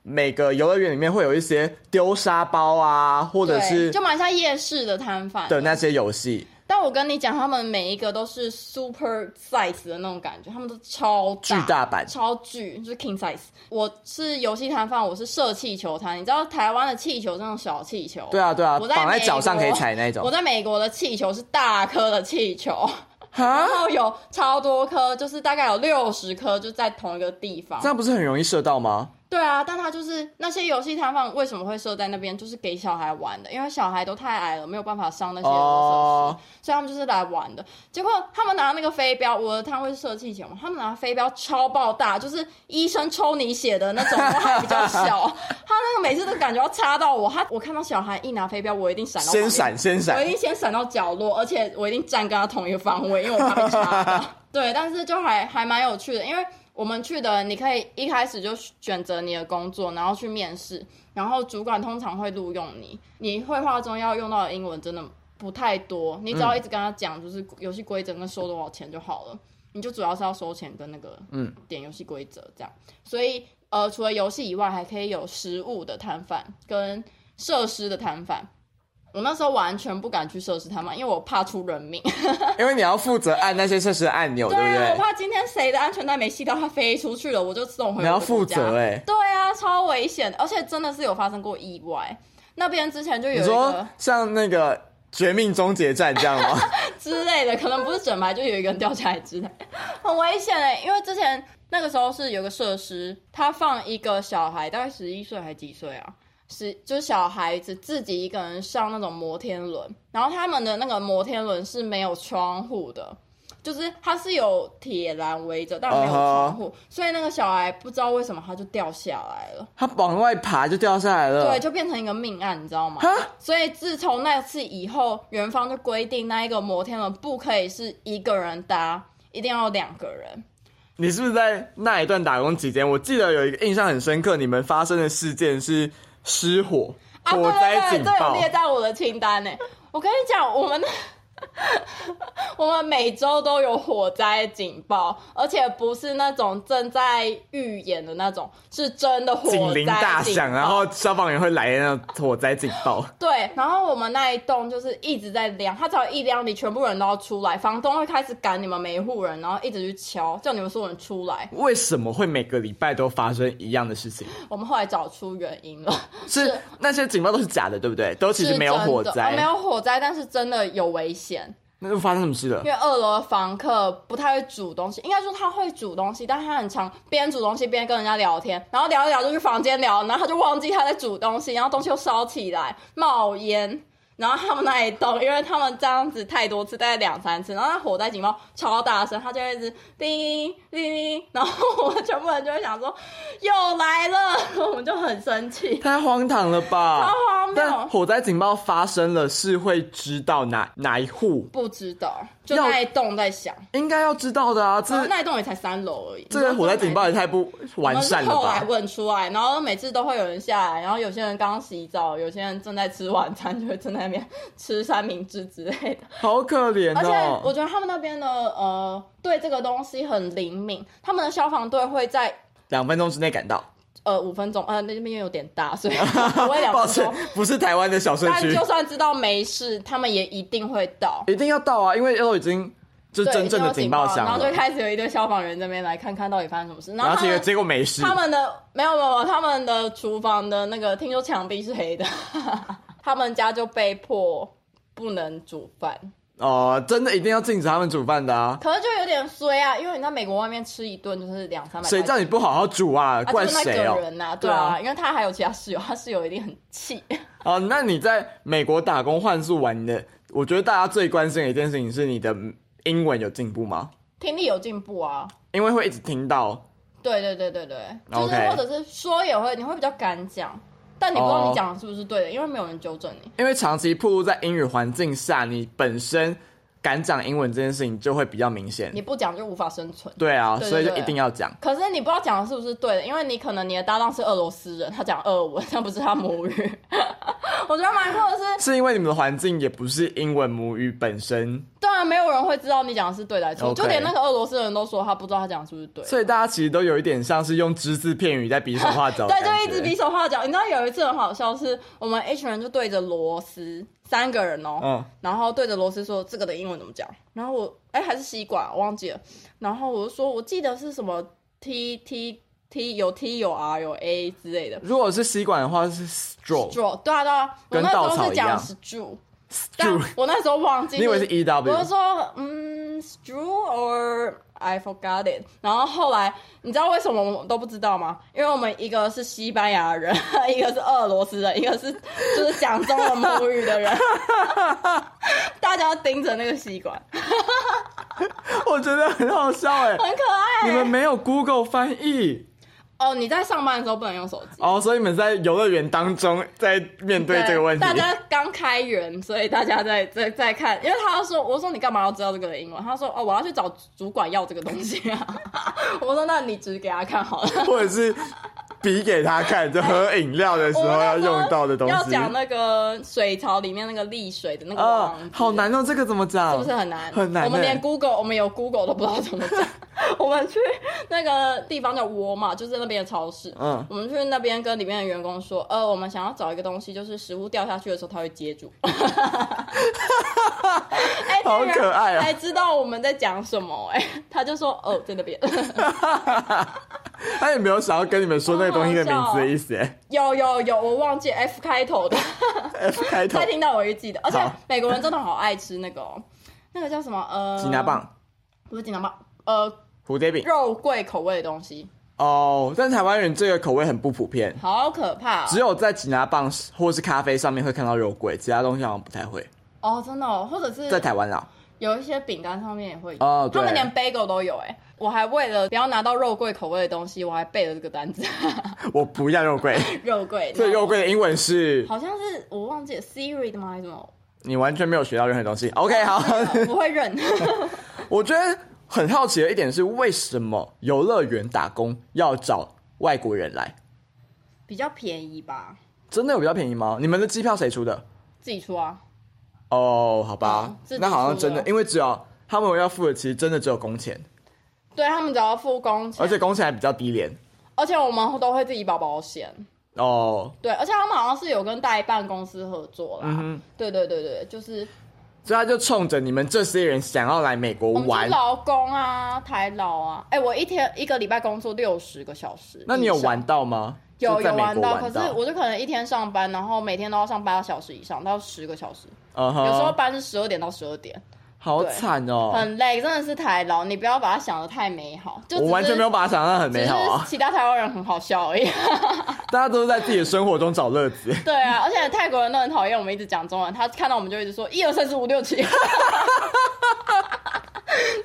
[SPEAKER 1] 每个游乐园里面会有一些丢沙包啊，或者
[SPEAKER 2] 对，
[SPEAKER 1] 是
[SPEAKER 2] 就蛮像夜市的摊贩
[SPEAKER 1] 的那些游戏。
[SPEAKER 2] 但我跟你讲，他们每一个都是 super size 的那种感觉，他们都超
[SPEAKER 1] 巨大版
[SPEAKER 2] 超巨，就是 king size。我是游戏摊贩，我是射气球摊，你知道台湾的气球是那种小气球，
[SPEAKER 1] 对啊，对啊，
[SPEAKER 2] 我在
[SPEAKER 1] 绑在
[SPEAKER 2] 美
[SPEAKER 1] 脚上可以
[SPEAKER 2] 国
[SPEAKER 1] 踩那
[SPEAKER 2] 我
[SPEAKER 1] 种。
[SPEAKER 2] 在美国的气球是大颗的气球，
[SPEAKER 1] 哈
[SPEAKER 2] 然，后有超多颗，就是大概有六十颗，就在同一个地方
[SPEAKER 1] 这。样不是很容易射到吗？
[SPEAKER 2] 对啊，但它就是那些游戏摊贩为什么会设在那边，就是给小孩玩的，因为小孩都太矮了，没有办法上那些设施。
[SPEAKER 1] 哦，
[SPEAKER 2] 所以他们就是来玩的。结果他们拿那个飞镖，我的摊位是射气球嘛，他们拿飞镖超爆大，就是医生抽你血的那种，我还比较小。他那个每次都感觉要插到我，他我看到小孩一拿飞镖，我一定闪到，
[SPEAKER 1] 先闪，先
[SPEAKER 2] 我
[SPEAKER 1] 闪
[SPEAKER 2] 一。定先闪到角落，而且我一定站跟他同一个方位，因为我怕被插到。对，但是就还还蛮有趣的，因为我们去的你可以一开始就选择你的工作，然后去面试，然后主管通常会录用你，你绘画中要用到的英文真的不太多，你只要一直跟他讲就是游戏规则跟收多少钱就好了，你就主要是要收钱跟那个
[SPEAKER 1] 嗯
[SPEAKER 2] 点游戏规则这样，所以呃除了游戏以外，还可以有食物的摊贩跟设施的摊贩。我那时候完全不敢去设施摊贩，因为我怕出人命。
[SPEAKER 1] 因为你要负责按那些设施的按哦钮，对
[SPEAKER 2] 啊，我
[SPEAKER 1] 不
[SPEAKER 2] 怕今天谁的安全带没系到，它飞出去了，我就送回
[SPEAKER 1] 对？
[SPEAKER 2] 我
[SPEAKER 1] 你要
[SPEAKER 2] 的
[SPEAKER 1] 负
[SPEAKER 2] 国家
[SPEAKER 1] 责哎。
[SPEAKER 2] 对啊，超危险的，而且真的是有发生过意外。那边之前就有
[SPEAKER 1] 你
[SPEAKER 2] 一
[SPEAKER 1] 说
[SPEAKER 2] 个，
[SPEAKER 1] 像那个绝命终结战这样 吗？
[SPEAKER 2] 之类的，可能不是整排，就有一个人掉下来之类， 很危险哎、因为之前那个时候是有个设施，他放一个小孩，大概十一岁还几岁啊？十就是小孩子自己一个人上那种摩天轮，然后他们的那个摩天轮是没有窗户的，就是它是有铁栏围着，但没有窗户所以那个小孩不知道为什么他就掉下来了。
[SPEAKER 1] 他往外爬就掉下来了。
[SPEAKER 2] 对，就变成一个命案，你知道吗
[SPEAKER 1] 哈？
[SPEAKER 2] 嗯所以自从那次以后，元芳就规定那一个摩天轮不可以是一个人搭，一定要两个人。
[SPEAKER 1] 你是不是在那一段打工期间？我记得有一个印象很深刻，你们发生的事件是失火、
[SPEAKER 2] 啊，对
[SPEAKER 1] 火灾
[SPEAKER 2] 对对，
[SPEAKER 1] 警
[SPEAKER 2] 这有
[SPEAKER 1] 报。
[SPEAKER 2] 列在我的清单呢。我跟你讲，我们我们每周都有火灾警报，而且不是那种正在预演的那种，是真的火灾
[SPEAKER 1] 警铃大
[SPEAKER 2] 警
[SPEAKER 1] 响，
[SPEAKER 2] 报
[SPEAKER 1] 然后消防员会来那种火灾警报。
[SPEAKER 2] 对，然后我们那一栋就是一直在亮，它只要一亮，你全部人都要出来，房东会开始赶你们每一户人，然后一直去敲，叫你们所有人出来。
[SPEAKER 1] 为什么会每个礼拜都发生一样的事情？
[SPEAKER 2] 我们后来找出原因了，
[SPEAKER 1] 是
[SPEAKER 2] 是
[SPEAKER 1] 那些警报都是假的，对不对？都其实没有
[SPEAKER 2] 是真的
[SPEAKER 1] 火
[SPEAKER 2] 哦
[SPEAKER 1] 灾
[SPEAKER 2] 没，有火灾，但是真的有危险，
[SPEAKER 1] 那又发生什么事了
[SPEAKER 2] 因？为二楼的房客不太会煮东西，应该说他会煮东西，但他很常边煮东西边跟人家聊天，然后聊一聊就去房间聊，然后他就忘记他在煮东西，然后东西又烧起来，冒烟。然后他们那一栋，因为他们这样子太多次，大概两三次，然后那火灾警报超大声，他就会一直叮叮叮，然后我们全部人就会想说又来了， 然后我们就很生气。
[SPEAKER 1] 太荒唐了吧！
[SPEAKER 2] 超荒谬
[SPEAKER 1] 但火灾警报发生了，是会知道哪哪一户，
[SPEAKER 2] 不知道，就
[SPEAKER 1] 要
[SPEAKER 2] 那一栋在想，
[SPEAKER 1] 应该要知道的啊。
[SPEAKER 2] 然后
[SPEAKER 1] 这
[SPEAKER 2] 哦那一栋也才三楼而已。
[SPEAKER 1] 这个火灾警报也太不完善了
[SPEAKER 2] 我们是后来
[SPEAKER 1] 吧？
[SPEAKER 2] 问出来，然后每次都会有人下来，然后有些人刚洗澡，有些人正在吃晚餐，就会正在那边吃三明治之类 的。
[SPEAKER 1] 好可怜
[SPEAKER 2] 而且我
[SPEAKER 1] 哦！
[SPEAKER 2] 觉得他们那边的呃，对这个东西很灵敏，他们的消防队会在。
[SPEAKER 1] 两分钟之内赶到，
[SPEAKER 2] 呃，五分钟，呃，那边有点 大，所以不会两
[SPEAKER 1] 抱
[SPEAKER 2] 分
[SPEAKER 1] 歉
[SPEAKER 2] 钟。，
[SPEAKER 1] 不是台湾的小社
[SPEAKER 2] 但
[SPEAKER 1] 区
[SPEAKER 2] 就，算知道没事，他们也一定会到。
[SPEAKER 1] 一定要到啊，因为都已经就是
[SPEAKER 2] 对，
[SPEAKER 1] 真正的
[SPEAKER 2] 就有
[SPEAKER 1] 警
[SPEAKER 2] 警报
[SPEAKER 1] 报响
[SPEAKER 2] 然后就
[SPEAKER 1] 了，
[SPEAKER 2] 开始有一堆消防员这边来看看到底发生什么事。然
[SPEAKER 1] 然
[SPEAKER 2] 后
[SPEAKER 1] 后结果
[SPEAKER 2] 他们
[SPEAKER 1] 结果没事，
[SPEAKER 2] 他们的没有没有，没有他们的厨房的那个，听说墙壁是黑的， 他们家就被迫不能煮饭，
[SPEAKER 1] 哦，真的一定要禁止他们煮饭的啊！
[SPEAKER 2] 可是就有点衰啊，因为你在美国外面吃一顿就是两三百块钱，
[SPEAKER 1] 谁叫你不好好煮啊？
[SPEAKER 2] 啊
[SPEAKER 1] 怪
[SPEAKER 2] 就是
[SPEAKER 1] 谁
[SPEAKER 2] 那
[SPEAKER 1] 哦
[SPEAKER 2] 个？人呐、对
[SPEAKER 1] 对
[SPEAKER 2] 啊，
[SPEAKER 1] 啊
[SPEAKER 2] 因为他还有其他室友，他 室友一定很气。
[SPEAKER 1] 哦，那你在美国打工换宿完，你的，我觉得大家最关心的一件事情是你的英文有进步吗？
[SPEAKER 2] 听力有进步啊，
[SPEAKER 1] 因为会一直听到，
[SPEAKER 2] 对对对对对，就是
[SPEAKER 1] OK
[SPEAKER 2] 或者是说也会，你会比较敢讲，但你不知道
[SPEAKER 1] 哦
[SPEAKER 2] 你讲的是不是对的，因为没有人纠正你。
[SPEAKER 1] 因为长期暴露在英语环境下，你本身敢讲英文这件事情就会比较明显。
[SPEAKER 2] 你不讲就无法生存。
[SPEAKER 1] 对啊，
[SPEAKER 2] 对对
[SPEAKER 1] 所以就
[SPEAKER 2] 对
[SPEAKER 1] 一定要讲。
[SPEAKER 2] 可是你不知道讲的是不是对的，因为你可能你的搭档是俄罗斯人，他讲俄文，但不是他母语。 我觉得蛮酷的是，
[SPEAKER 1] 是因为你们的环境也不是英文母语本身，
[SPEAKER 2] 当啊然没有人会知道你讲的是对的还是错
[SPEAKER 1] OK
[SPEAKER 2] 就连那个俄罗斯人都说他不知道他讲的是不是对的。
[SPEAKER 1] 所以大家其实都有一点像是用只字片语在比手画脚的
[SPEAKER 2] 对，
[SPEAKER 1] 感觉。
[SPEAKER 2] 就一直比手画脚。你知道有一次很好笑是，我们一群人就对着螺丝，三个人哦，
[SPEAKER 1] 嗯，
[SPEAKER 2] 然后对着螺丝说这个的英文怎么讲，然后我哎还是吸管我忘记了，然后我就说我记得是什么 T T T 有 T 有 R 有 A 之类的，
[SPEAKER 1] 如果是吸管的话是 straw，
[SPEAKER 2] straw，对啊对啊，我
[SPEAKER 1] 跟
[SPEAKER 2] 那时
[SPEAKER 1] 稻
[SPEAKER 2] 候
[SPEAKER 1] 草
[SPEAKER 2] 是
[SPEAKER 1] 一
[SPEAKER 2] 讲
[SPEAKER 1] 样
[SPEAKER 2] straw，但
[SPEAKER 1] straw，
[SPEAKER 2] 我那时候忘记，
[SPEAKER 1] 你以为是 E
[SPEAKER 2] 我就
[SPEAKER 1] ew？
[SPEAKER 2] 说嗯 straw or I forgot it，然后后来你知道为什么我们都不知道吗？因为我们一个是西班牙人， 一个是俄罗斯人，一个是就是讲中文母 语的人，大家都盯着那个吸管，
[SPEAKER 1] 我觉得很好笑 哎、
[SPEAKER 2] 很可爱
[SPEAKER 1] 你。们没有 Google 翻译
[SPEAKER 2] 哦，你在上班的时候不能用手机。
[SPEAKER 1] 哦，所以你们在游乐园当中在面 对这个问题。
[SPEAKER 2] 大家刚开源，所以大家在在在看，因为他说，我说你干嘛要知道这个的英文？他说哦，我要去找主管要这个东西啊。 我说那你指给他看好 了。
[SPEAKER 1] 或者是比给他看，就喝饮料的时
[SPEAKER 2] 我
[SPEAKER 1] 候
[SPEAKER 2] 们那
[SPEAKER 1] 要用到的东
[SPEAKER 2] 要
[SPEAKER 1] 西。
[SPEAKER 2] 讲那个水槽里面那个沥水的那个
[SPEAKER 1] 啊
[SPEAKER 2] 网、，
[SPEAKER 1] 好，难哦，这个怎么讲？
[SPEAKER 2] 是不是很难？
[SPEAKER 1] 很难欸
[SPEAKER 2] 我们连 Google，我们有 Google 都不知道怎么 讲。我们去那个地方叫沃嘛，就是那边的超市。
[SPEAKER 1] 嗯
[SPEAKER 2] 我们去那边跟里面的员工说，呃，我们想要找一个东西，就是食物掉下去的时候它会接住。 哎、
[SPEAKER 1] 好可爱哦
[SPEAKER 2] 欸还知道我们在讲什么、哎，他就说哦，在那边。
[SPEAKER 1] 他也没有想要跟你们说那个东西的名字的意思欸耶。
[SPEAKER 2] 有有有，我忘记 F 开头的，哦
[SPEAKER 1] F 开头
[SPEAKER 2] 再，听到我就记得。而且
[SPEAKER 1] 好
[SPEAKER 2] 美国人真的好爱吃那个哦、那个叫什么呃，
[SPEAKER 1] 吉拿，棒、
[SPEAKER 2] 不是吉拿棒，呃，
[SPEAKER 1] 蝴蝶饼。
[SPEAKER 2] 肉桂口味的东西，
[SPEAKER 1] 哦，但台湾人这个口味很不普遍，
[SPEAKER 2] 好可怕哦、
[SPEAKER 1] 只有在吉拿棒或是咖啡上面会看到肉桂，其他东西好像不太会。
[SPEAKER 2] 哦，真的、哦，或者是
[SPEAKER 1] 在台湾啦，
[SPEAKER 2] 有一些饼干上面也会有，
[SPEAKER 1] 哦对
[SPEAKER 2] 他们连 bagel 都有哎、我还为了不要拿到肉桂口味的东西，我还背了这个单字，
[SPEAKER 1] 我不要肉桂，
[SPEAKER 2] 肉桂，
[SPEAKER 1] 这肉桂的英文是
[SPEAKER 2] 好像是我忘记了 Siri 的吗还是 什么
[SPEAKER 1] 你完全没有学到任何东西。OK，好，
[SPEAKER 2] 不会认，
[SPEAKER 1] 我觉得很好奇的一点是，为什么游乐园打工要找外国人来？
[SPEAKER 2] 比较便宜吧，
[SPEAKER 1] 真的有比较便宜吗？你们的机票谁出的？
[SPEAKER 2] 自己出啊，
[SPEAKER 1] 哦，好吧
[SPEAKER 2] 嗯自，己
[SPEAKER 1] 那好像
[SPEAKER 2] 出的
[SPEAKER 1] 真的，因为只有他们要付的，其实真的只有工钱，
[SPEAKER 2] 对他们只要付工钱，
[SPEAKER 1] 而且工钱还比较低廉。
[SPEAKER 2] 而且我们都会自己保保险，
[SPEAKER 1] 哦，
[SPEAKER 2] 对，而且他们好像是有跟代办公司合作啦，
[SPEAKER 1] 嗯哼
[SPEAKER 2] 对对对对，就是
[SPEAKER 1] 所以他就冲着你们这些人想要来美国
[SPEAKER 2] 我们
[SPEAKER 1] 玩
[SPEAKER 2] 是，劳工啊，台劳啊，哎、我一天一个礼拜工作六十个小时以上，
[SPEAKER 1] 那你有玩到吗？
[SPEAKER 2] 有
[SPEAKER 1] 就在
[SPEAKER 2] 有
[SPEAKER 1] 美国
[SPEAKER 2] 到，可
[SPEAKER 1] 玩
[SPEAKER 2] 是我就可能一天上班，然后每天都要上八小时以上，到十个小时，
[SPEAKER 1] 嗯
[SPEAKER 2] 有时候
[SPEAKER 1] 哼，
[SPEAKER 2] 班是十二点到十二点，
[SPEAKER 1] 好惨哦，
[SPEAKER 2] 很累，真的是台劳，你不要把它想的太美好，就只
[SPEAKER 1] 我
[SPEAKER 2] 是
[SPEAKER 1] 完全没有把它想象很
[SPEAKER 2] 只
[SPEAKER 1] 美
[SPEAKER 2] 是
[SPEAKER 1] 好啊，
[SPEAKER 2] 其他台湾人很好笑而已。
[SPEAKER 1] 大家都是在自己的生活中找乐子。
[SPEAKER 2] 对啊，而且泰国人都很讨厌我们一直讲中文，他看到我们就一直说一二三四五六七。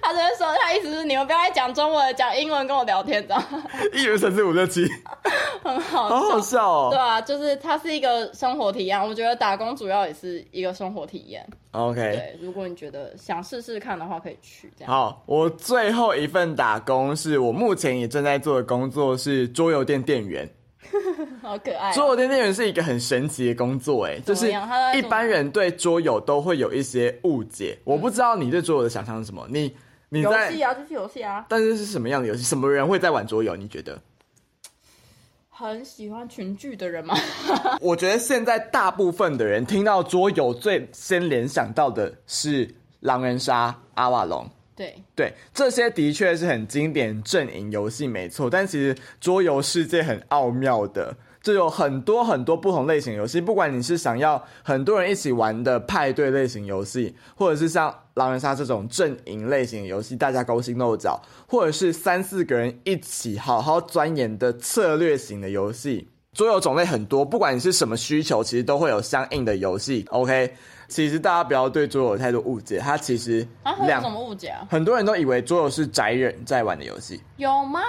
[SPEAKER 2] 他就会说，他意思是你们不要再讲中文，讲英文跟我聊天，这样
[SPEAKER 1] 一人三四五六七，
[SPEAKER 2] 很好
[SPEAKER 1] 好
[SPEAKER 2] 笑
[SPEAKER 1] 好笑
[SPEAKER 2] 对
[SPEAKER 1] 哦。
[SPEAKER 2] 啊，就是它是一个生活体验，我觉得打工主要也是一个生活体验。
[SPEAKER 1] OK，
[SPEAKER 2] 对，如果你觉得想试试看的话，可以去这样。
[SPEAKER 1] 好，我最后一份打工是我目前也正在做的工作是桌游店店员。
[SPEAKER 2] 好可爱、
[SPEAKER 1] 桌
[SPEAKER 2] 啊。
[SPEAKER 1] 游店店员是一个很神奇的工作，哎，就
[SPEAKER 2] 怎
[SPEAKER 1] 是
[SPEAKER 2] 么样他在
[SPEAKER 1] 一
[SPEAKER 2] 做
[SPEAKER 1] 般人对桌游都会有一些误解。我不知道你对桌游的想象是什么，你你
[SPEAKER 2] 游
[SPEAKER 1] 在
[SPEAKER 2] 戏啊，就是游戏啊，
[SPEAKER 1] 但是是什么样的游戏？什么人会在玩桌游？你觉得？
[SPEAKER 2] 很喜欢群聚的人嘛。
[SPEAKER 1] 我觉得现在大部分的人听到桌游，最先联想到的是狼人杀、阿瓦隆。
[SPEAKER 2] 对，
[SPEAKER 1] 对，这些的确是很经典阵营游戏，没错。但其实桌游世界很奥妙的，就有很多很多不同类型游戏。不管你是想要很多人一起玩的派对类型游戏，或者是像狼人杀这种阵营类型游戏，大家勾心斗角，或者是三四个人一起好好钻研的策略型的游戏。桌游种类很多，不管你是什么需求，其实都会有相应的游戏。OK，其实大家不要对桌游有太多误解，它其实
[SPEAKER 2] 啊，会有
[SPEAKER 1] 两
[SPEAKER 2] 什么误解啊？
[SPEAKER 1] 很多人都以为桌游是宅人在玩的游戏，
[SPEAKER 2] 有吗？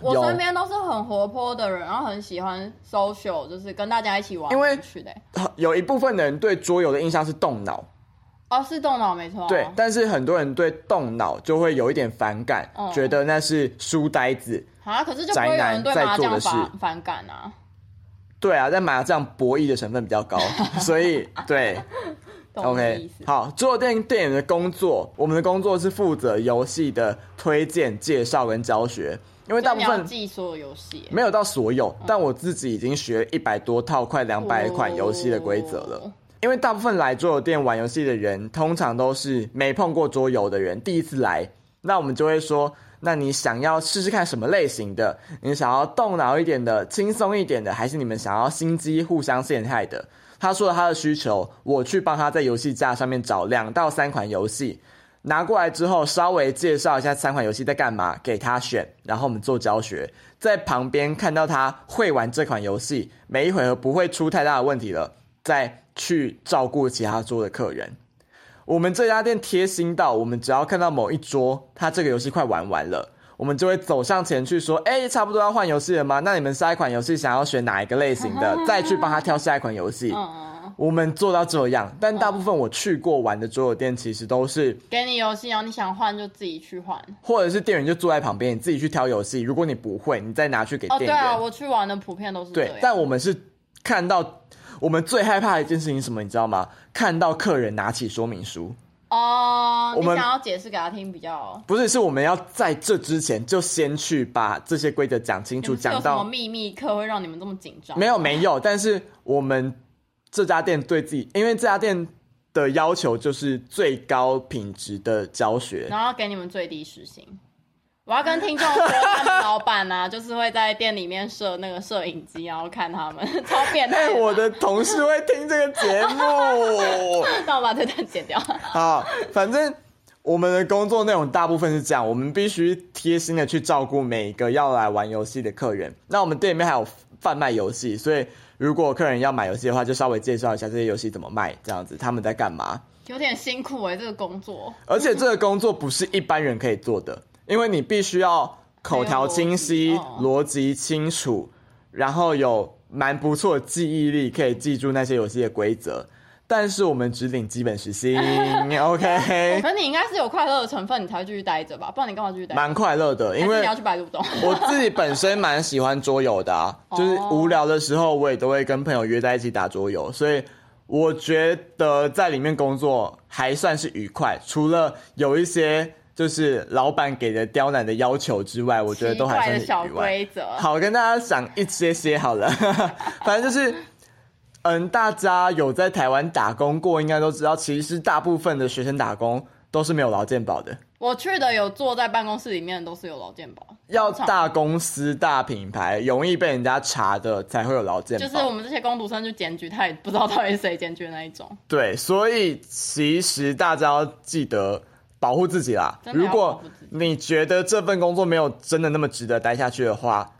[SPEAKER 2] 我
[SPEAKER 1] 有
[SPEAKER 2] 身边都是很活泼的人，然后很喜欢 social，就是跟大家一起玩，
[SPEAKER 1] 因为
[SPEAKER 2] 去的欸、
[SPEAKER 1] 有一部分的人对桌游的印象是动脑，
[SPEAKER 2] 哦，是动脑没错、啊。
[SPEAKER 1] 对，但是很多人对动脑就会有一点反感，
[SPEAKER 2] 嗯
[SPEAKER 1] 觉得那是书呆子。
[SPEAKER 2] 啊，可是就不会有
[SPEAKER 1] 宅男
[SPEAKER 2] 人对
[SPEAKER 1] 在
[SPEAKER 2] 麻
[SPEAKER 1] 做的
[SPEAKER 2] 将
[SPEAKER 1] 事
[SPEAKER 2] 反反感啊。
[SPEAKER 1] 对啊，在麻将博弈的成分比 较高，所以对
[SPEAKER 2] 懂你的意
[SPEAKER 1] ，OK，
[SPEAKER 2] 思。
[SPEAKER 1] 好，桌游店店员的工作，我们的工作是负责游戏的推荐、介绍跟教学，因为大
[SPEAKER 2] 就
[SPEAKER 1] 部
[SPEAKER 2] 你要
[SPEAKER 1] 分
[SPEAKER 2] 记所有游戏欸，
[SPEAKER 1] 没有到所有，但我自己已经学一百多套、快两百款游戏的规则了。
[SPEAKER 2] 哦
[SPEAKER 1] 因为大部分来桌游店玩游戏的人，通常都是没碰过桌游的人，第一次来，那我们就会说，那你想要试试看什么类型的？你想要动脑一点的、轻松一点的，还是你们想要心机互相陷害的？他说了他的需求，我去帮他在游戏架上面找两到三款游戏，拿过来之后，稍微介绍一下三款游戏在干嘛，给他选，然后我们做教学，在旁边看到他会玩这款游戏，每一回合不会出太大的问题了，再去照顾其他桌的客人。我们这家店贴心到，我们只要看到某一桌他这个游戏快玩完了，我们就会走上前去说：“哎、差不多要换游戏了吗？那你们下一款游戏想要选哪一个类型的？再去帮他挑下一款游戏。”
[SPEAKER 2] 嗯，
[SPEAKER 1] 我们做到这样，但大部分我去过玩的桌游店，其实都是
[SPEAKER 2] 给你游戏，然后你想换就自己去换。
[SPEAKER 1] 或者是店员就坐在旁边，你自己去挑游戏。如果你不会，你再拿去给
[SPEAKER 2] 哦，
[SPEAKER 1] 店
[SPEAKER 2] 对
[SPEAKER 1] 员。
[SPEAKER 2] 啊，我去玩的普遍都是这
[SPEAKER 1] 对
[SPEAKER 2] 样。
[SPEAKER 1] 但我们是看到我们最害怕的一件事情是什么，你知道吗？看到客人拿起说明书，
[SPEAKER 2] 哦，
[SPEAKER 1] 我
[SPEAKER 2] 你
[SPEAKER 1] 们
[SPEAKER 2] 想要解释给他听比较。
[SPEAKER 1] 不是，是我们要在这之前就先去把这些规则讲清
[SPEAKER 2] 你
[SPEAKER 1] 楚，
[SPEAKER 2] 们是有
[SPEAKER 1] 讲
[SPEAKER 2] 什
[SPEAKER 1] 到
[SPEAKER 2] 么秘密课会让你们这么紧张？
[SPEAKER 1] 没有没有，但是我们这家店对自己，因为这家店的要求就是最高品质的教学，
[SPEAKER 2] 然后给你们最低时薪。我要跟听众说，他们老板呢、啊， 就是会在店里面设那个摄影机，然后看他们， 超变态
[SPEAKER 1] 哎、
[SPEAKER 2] 的。
[SPEAKER 1] 我的同事会听这个节目。
[SPEAKER 2] 那我把这段剪掉。
[SPEAKER 1] 好，反正我们的工作内容大部分是这样，我们必须贴心的去照顾每一个要来玩游戏的客人。那我们店里面还有贩卖游戏，所以如果客人要买游戏的话，就稍微介绍一下这些游戏怎么卖，这样子他们在干嘛。
[SPEAKER 2] 有点辛苦哎、这个工作。
[SPEAKER 1] 而且这个工作不是一般人可以做的，因为你必须要口条清晰、
[SPEAKER 2] 很
[SPEAKER 1] 逻辑哦清楚，然后有蛮不错的记忆力，可以记住那些游戏的规则。但是我们只领基本时薪，OK，
[SPEAKER 2] 可是你应该是有快乐的成分，你才会继续待着吧？不然你干嘛继续待着？
[SPEAKER 1] 蛮快乐的，因
[SPEAKER 2] 还是
[SPEAKER 1] 为
[SPEAKER 2] 你要去白鹿洞。
[SPEAKER 1] 我自己本身蛮喜欢桌游的、啊，
[SPEAKER 2] 哦
[SPEAKER 1] 就是无聊的时候，我也都会跟朋友约在一起打桌游，所以我觉得在里面工作还算是愉快，除了有一些就是老板给的刁难的要求之外，我觉得都还
[SPEAKER 2] 奇怪
[SPEAKER 1] 算
[SPEAKER 2] 的
[SPEAKER 1] 是
[SPEAKER 2] 小
[SPEAKER 1] 愉快。
[SPEAKER 2] 规则。
[SPEAKER 1] 好，跟大家讲一些些好了，反正就是。嗯，大家有在台湾打工过，应该都知道，其实大部分的学生打工都是没有劳健保的。
[SPEAKER 2] 我去的有坐在办公室里面的都是有劳健保，
[SPEAKER 1] 要
[SPEAKER 2] 通常
[SPEAKER 1] 大公司、大品牌，容易被人家查的才会有劳健保。
[SPEAKER 2] 就是我们这些工读生去检举，他也不知道到底是谁检举的那一种。
[SPEAKER 1] 对，所以其实大家要记得保护自己啦。
[SPEAKER 2] 真的
[SPEAKER 1] 如
[SPEAKER 2] 要保
[SPEAKER 1] 果
[SPEAKER 2] 护自己
[SPEAKER 1] 你觉得这份工作没有真的那么值得待下去的话，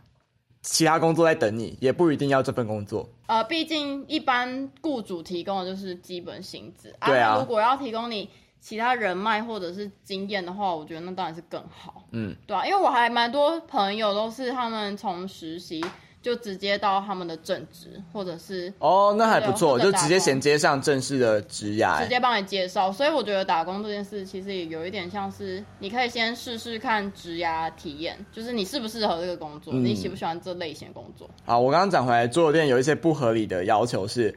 [SPEAKER 1] 其他工作在等你，也不一定要这份工作。
[SPEAKER 2] 呃，毕竟一般雇主提供的就是基本薪资，
[SPEAKER 1] 对啊
[SPEAKER 2] 那如果要提供你其他人脉或者是经验的话，我觉得那当然是更好。
[SPEAKER 1] 嗯，
[SPEAKER 2] 对啊，因为我还蛮多朋友都是他们从实习就直接到他们的正职，或者是
[SPEAKER 1] 哦，那还
[SPEAKER 2] 对
[SPEAKER 1] 不错，
[SPEAKER 2] 或者
[SPEAKER 1] 就
[SPEAKER 2] 打
[SPEAKER 1] 直接
[SPEAKER 2] 工
[SPEAKER 1] 衔接上正式的职涯、
[SPEAKER 2] 直接帮你介绍，所以我觉得打工这件事其实也有一点像是，你可以先试试看职涯体验，就是你适不适合这个工作，
[SPEAKER 1] 嗯
[SPEAKER 2] 你喜不喜欢这类型的工作。
[SPEAKER 1] 好，我刚刚讲回来，桌游店有一些不合理的要求 是，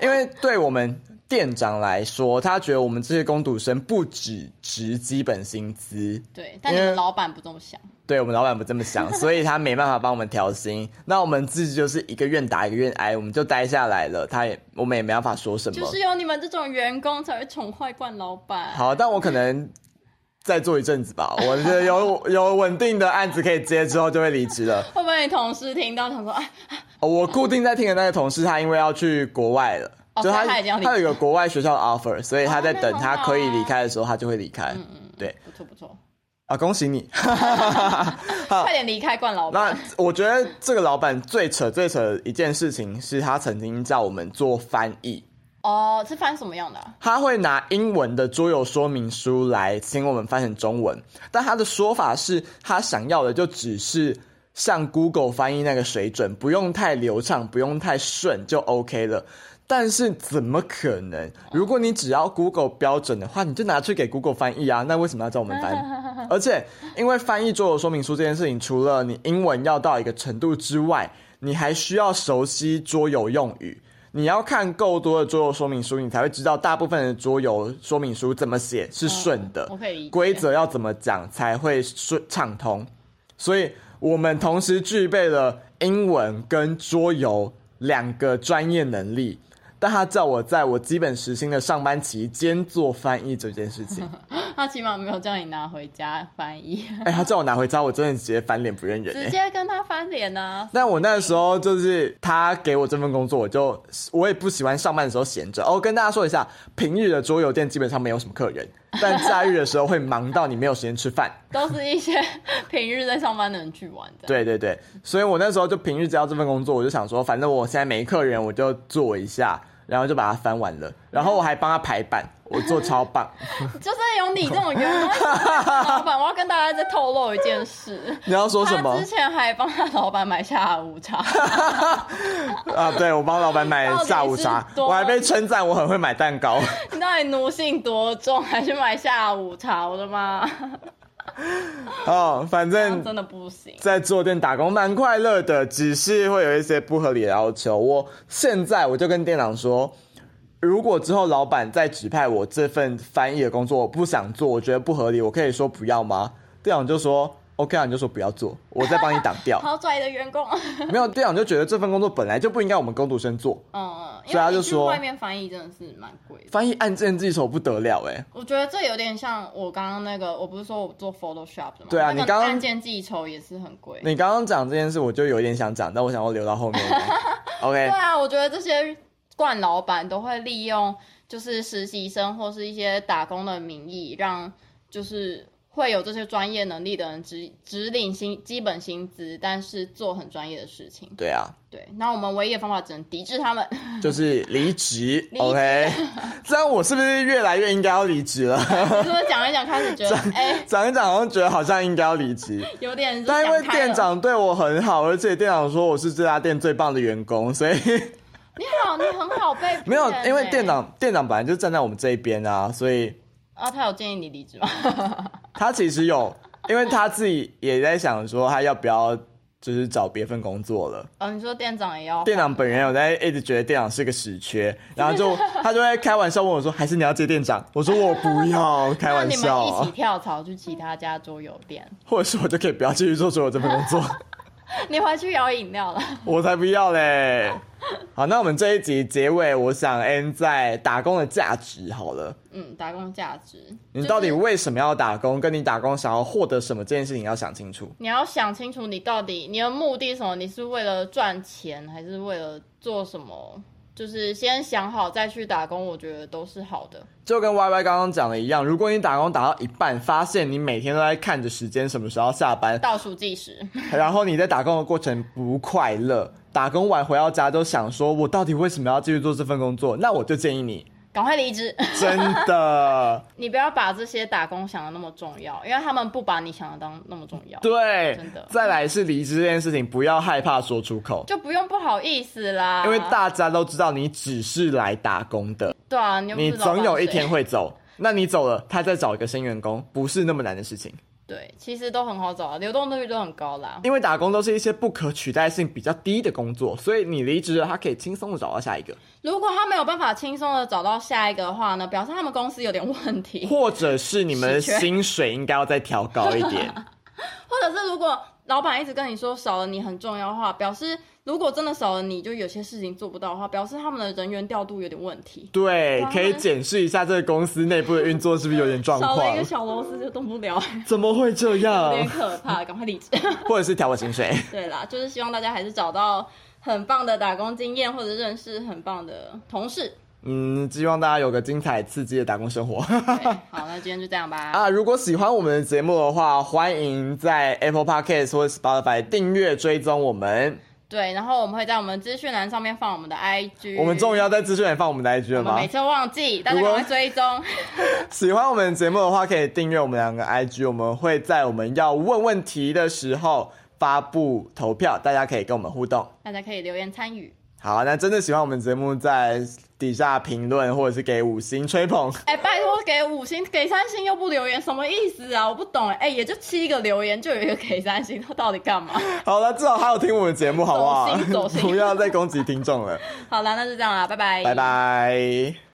[SPEAKER 1] 因为对我们店长来说，他觉得我们这些工读生不只值基本薪资，
[SPEAKER 2] 对，但
[SPEAKER 1] 因
[SPEAKER 2] 你
[SPEAKER 1] 为
[SPEAKER 2] 们老板不这么想，
[SPEAKER 1] 对我们老板不这么 想，所以他没办法帮我们调薪。那我们自己就是一个愿打一个愿挨，我们就待下来了，他也我们也没办法说什么。
[SPEAKER 2] 就是有你们这种员工才会宠坏惯老板。
[SPEAKER 1] 好，但我可能再做一阵子吧，我觉得有 有稳定的案子可以接之后就会离职了。
[SPEAKER 2] 会不会你同事听到想说，哎，
[SPEAKER 1] 哦我固定在听的那个同事，他因为要去国外了，
[SPEAKER 2] 哦
[SPEAKER 1] 就
[SPEAKER 2] 所以他已经要离职
[SPEAKER 1] 他有一个国外学校的 offer，所以他在
[SPEAKER 2] 哦那
[SPEAKER 1] 等
[SPEAKER 2] 很
[SPEAKER 1] 他
[SPEAKER 2] 好
[SPEAKER 1] 可以
[SPEAKER 2] 啊
[SPEAKER 1] 离开的时候，他就会离
[SPEAKER 2] 哦
[SPEAKER 1] 开。对
[SPEAKER 2] 不错不错，
[SPEAKER 1] 啊，恭喜你！好
[SPEAKER 2] 快点离开惯老板。
[SPEAKER 1] 那我觉得这个老板最扯最扯的一件事情是他曾经叫我们做翻译，
[SPEAKER 2] 哦，是翻什么样的啊、
[SPEAKER 1] 他会拿英文的桌游说明书来请我们翻成中文，但他的说法是他想要的就只是像 Google 翻译那个水准，不用太流畅，不用太顺就 OK 了。但是怎么可能？如果你只要 Google 标准的话，你就拿去给 Google 翻译啊，那为什么要叫我们翻？而且，因为翻译桌游说明书这件事情，除了你英文要到一个程度之外，你还需要熟悉桌游用语。你要看够多的桌游说明书，你才会知道大部分的桌游说明书怎么写是顺的，
[SPEAKER 2] 嗯我可以理解
[SPEAKER 1] 呃规则要怎么讲才会顺畅通。所以我们同时具备了英文跟桌游两个专业能力。但他叫我在我基本时薪的上班期间做翻译这件事 情，
[SPEAKER 2] 他起码没有叫你拿回家翻译，
[SPEAKER 1] 哎、他叫我拿回家，我真的直接翻脸不认人、
[SPEAKER 2] 直
[SPEAKER 1] 哎。
[SPEAKER 2] 接跟他翻脸啊。
[SPEAKER 1] 但我那时候就是他给我这份工作，我就我也不喜欢上班的时候闲着。哦，跟大家说一下，平日的桌游店基本上没有什么客人，但假日的时候会忙到你没有时间吃 饭。
[SPEAKER 2] 都是一些平日在上班的人去玩的。
[SPEAKER 1] 对对对，所以我那时候就平日接到这份工作，我就想说，反正我现在没客人，我就做一下，然后就把它翻完了，然后我还帮他排版，我做超 棒。
[SPEAKER 2] 就是有你这种 员工，老板，我要跟大家再透露一件事。
[SPEAKER 1] 你要说什
[SPEAKER 2] 他
[SPEAKER 1] 么
[SPEAKER 2] 之前还帮他老板买下午茶，
[SPEAKER 1] 啊？对我帮老板买
[SPEAKER 2] 到底
[SPEAKER 1] 下午茶，
[SPEAKER 2] 是多
[SPEAKER 1] 我还被称赞我很会买蛋 糕。
[SPEAKER 2] 你到底奴性多重，还去买下午茶？我的妈，
[SPEAKER 1] 哦，反
[SPEAKER 2] 这
[SPEAKER 1] 正
[SPEAKER 2] 样真的不行。
[SPEAKER 1] 在坐店打工蛮快乐的，只是会有一些不合理的要求。我现在我就跟店长说，如果之后老板再指派我这份翻译的工作，我不想做，我觉得不合理，我可以说不要吗？店长就说 OK 啊，你就说不要做，我再帮你挡掉。
[SPEAKER 2] 好拽的员工， 嗯
[SPEAKER 1] 没有店长就觉得这份工作本来就不应该我们工读生做，
[SPEAKER 2] 嗯，因
[SPEAKER 1] 所以他
[SPEAKER 2] 为
[SPEAKER 1] 就
[SPEAKER 2] 你去
[SPEAKER 1] 说
[SPEAKER 2] 外面翻译真的是蛮贵的。
[SPEAKER 1] 翻译按键记仇不得了哎、
[SPEAKER 2] 我觉得这有点像我刚刚那个，我不是说我做 Photoshop 的吗？
[SPEAKER 1] 对啊
[SPEAKER 2] 那个
[SPEAKER 1] 你刚刚
[SPEAKER 2] 按键记仇也是很贵。
[SPEAKER 1] 你刚刚讲这件事，我就有一点想讲，但我想要留到后面。
[SPEAKER 2] 对
[SPEAKER 1] OK，
[SPEAKER 2] 啊，我觉得这些惯老板都会利用就是实习生或是一些打工的名义，让就是会有这些专业能力的人只只领薪基本薪资，但是做很专业的事情。
[SPEAKER 1] 对啊，
[SPEAKER 2] 对，那我们唯一的方法只能抵制他们。
[SPEAKER 1] 就是离职。
[SPEAKER 2] 离职
[SPEAKER 1] OK，这 样我是不是越来越应该要离职了？
[SPEAKER 2] 你是不是讲一讲开始觉得哎、
[SPEAKER 1] 讲一讲，好像觉得好像应该要离职。
[SPEAKER 2] 有点
[SPEAKER 1] 但因为
[SPEAKER 2] 想开了
[SPEAKER 1] 店长对我很好，而且店长说我是这家店最棒的员工，所以
[SPEAKER 2] 你好，你很好被
[SPEAKER 1] 没有
[SPEAKER 2] 骗欸，
[SPEAKER 1] 因为店长店长本来就站在我们这一边啊，所以
[SPEAKER 2] 啊，他有建议你离职吗？
[SPEAKER 1] 他其实有，因为他自己也在想说他要不要就是找别份工作了。
[SPEAKER 2] 哦，你说店长也要
[SPEAKER 1] 店长本人有在一直觉得店长是个死缺，然后就他就会开玩笑问我说：“还是你要接店长？”我说：“我不要，开
[SPEAKER 2] 那
[SPEAKER 1] 玩
[SPEAKER 2] 你们
[SPEAKER 1] 笑
[SPEAKER 2] 一起
[SPEAKER 1] 啊。
[SPEAKER 2] 跳槽去其他家桌游店，”
[SPEAKER 1] 或者是我就可以不要继续做所有这份工作，
[SPEAKER 2] 你回去摇饮料了。
[SPEAKER 1] 我才不要嘞。好，那我们这一集结尾，我想 end 在打工的价值好了。
[SPEAKER 2] 嗯，打工价值，
[SPEAKER 1] 你到底
[SPEAKER 2] 就是
[SPEAKER 1] 为什么要打工？跟你打工想要获得什么这件事情要想清楚。
[SPEAKER 2] 你要想清楚，你到底你的目的是什么？你是为了赚钱，还是为了做什么？就是先想好再去打工，我觉得都是好的。
[SPEAKER 1] 就跟 Y Y 刚刚讲的一样，如果你打工打到一半，发现你每天都在看着时间什么时候要下班，
[SPEAKER 2] 倒数计时，
[SPEAKER 1] 然后你在打工的过程不快乐，打工完回到家都想说，我到底为什么要继续做这份工作？那我就建议你，
[SPEAKER 2] 赶快离职。
[SPEAKER 1] 真的，
[SPEAKER 2] 你不要把这些打工想的那么重要，因为他们不把你想的当那么重要，
[SPEAKER 1] 对
[SPEAKER 2] 真的，
[SPEAKER 1] 再来是离职这件事情，不要害怕说出口，
[SPEAKER 2] 就不用不好意思啦。
[SPEAKER 1] 因为大家都知道你只是来打工的，
[SPEAKER 2] 对啊，你又不是
[SPEAKER 1] 你
[SPEAKER 2] 老板
[SPEAKER 1] 总有一
[SPEAKER 2] 谁
[SPEAKER 1] 天会走。那你走了，他再找一个新员工，不是那么难的事情，
[SPEAKER 2] 对，其实都很好找，流动率都很高啦。
[SPEAKER 1] 因为打工都是一些不可取代性比较低的工作，所以你离职了，他可以轻松的找到下一个，
[SPEAKER 2] 如果他没有办法轻松的找到下一个的话呢，表示他们公司有点问题，
[SPEAKER 1] 或者是你们的
[SPEAKER 2] 稀缺
[SPEAKER 1] 薪水应该要再调高一 点。
[SPEAKER 2] 或者是如果老板一直跟你说少了你很重要的话，表示如果真的少了你就有些事情做不到的话，表示他们的人员调度有点问题，
[SPEAKER 1] 对
[SPEAKER 2] 哇，
[SPEAKER 1] 可以检视一下这个公司内部的运作是不是有点状
[SPEAKER 2] 少了一个
[SPEAKER 1] 况？
[SPEAKER 2] 小螺丝就动不了，
[SPEAKER 1] 怎么会这
[SPEAKER 2] 有
[SPEAKER 1] 样
[SPEAKER 2] 点？可怕，赶快离职。
[SPEAKER 1] 或者是调我薪水？
[SPEAKER 2] 对啦，就是希望大家还是找到很棒的打工经验，或者认识很棒的同事。
[SPEAKER 1] 嗯，希望大家有个精彩刺激的打工生活
[SPEAKER 2] 对，好，那今天就这样吧。
[SPEAKER 1] 啊！如果喜欢我们的节目的话，欢迎在 Apple Podcast 或者 Spotify 订阅追踪我们。
[SPEAKER 2] 对，然后我们会在我们资讯栏上面放我们的 IG。
[SPEAKER 1] 我们终于要在资讯栏放我们的 IG 了
[SPEAKER 2] 嗯我们
[SPEAKER 1] 吗
[SPEAKER 2] 每？次都忘记，大家
[SPEAKER 1] 如
[SPEAKER 2] 赶
[SPEAKER 1] 果
[SPEAKER 2] 快追踪。
[SPEAKER 1] 喜欢我们的节目的话，可以订阅我们两个 IG，我们会在我们要问问题的时候发布投票，大家可以跟我们互动。
[SPEAKER 2] 大家可以留言参与。
[SPEAKER 1] 好，啊那真的喜欢我们节目，在底下评论或者是给五星吹捧。
[SPEAKER 2] 哎、拜托给五星，给三星又不留言，什么意思啊？我不懂哎、哎也就七个留言，就有一个给三星，他到底干嘛？
[SPEAKER 1] 好了，至少还有听我们节 目，好不好
[SPEAKER 2] 走心走？心 哎
[SPEAKER 1] 不要再攻击听众了，
[SPEAKER 2] 好啦，那就这样啦，拜拜，
[SPEAKER 1] 拜。拜。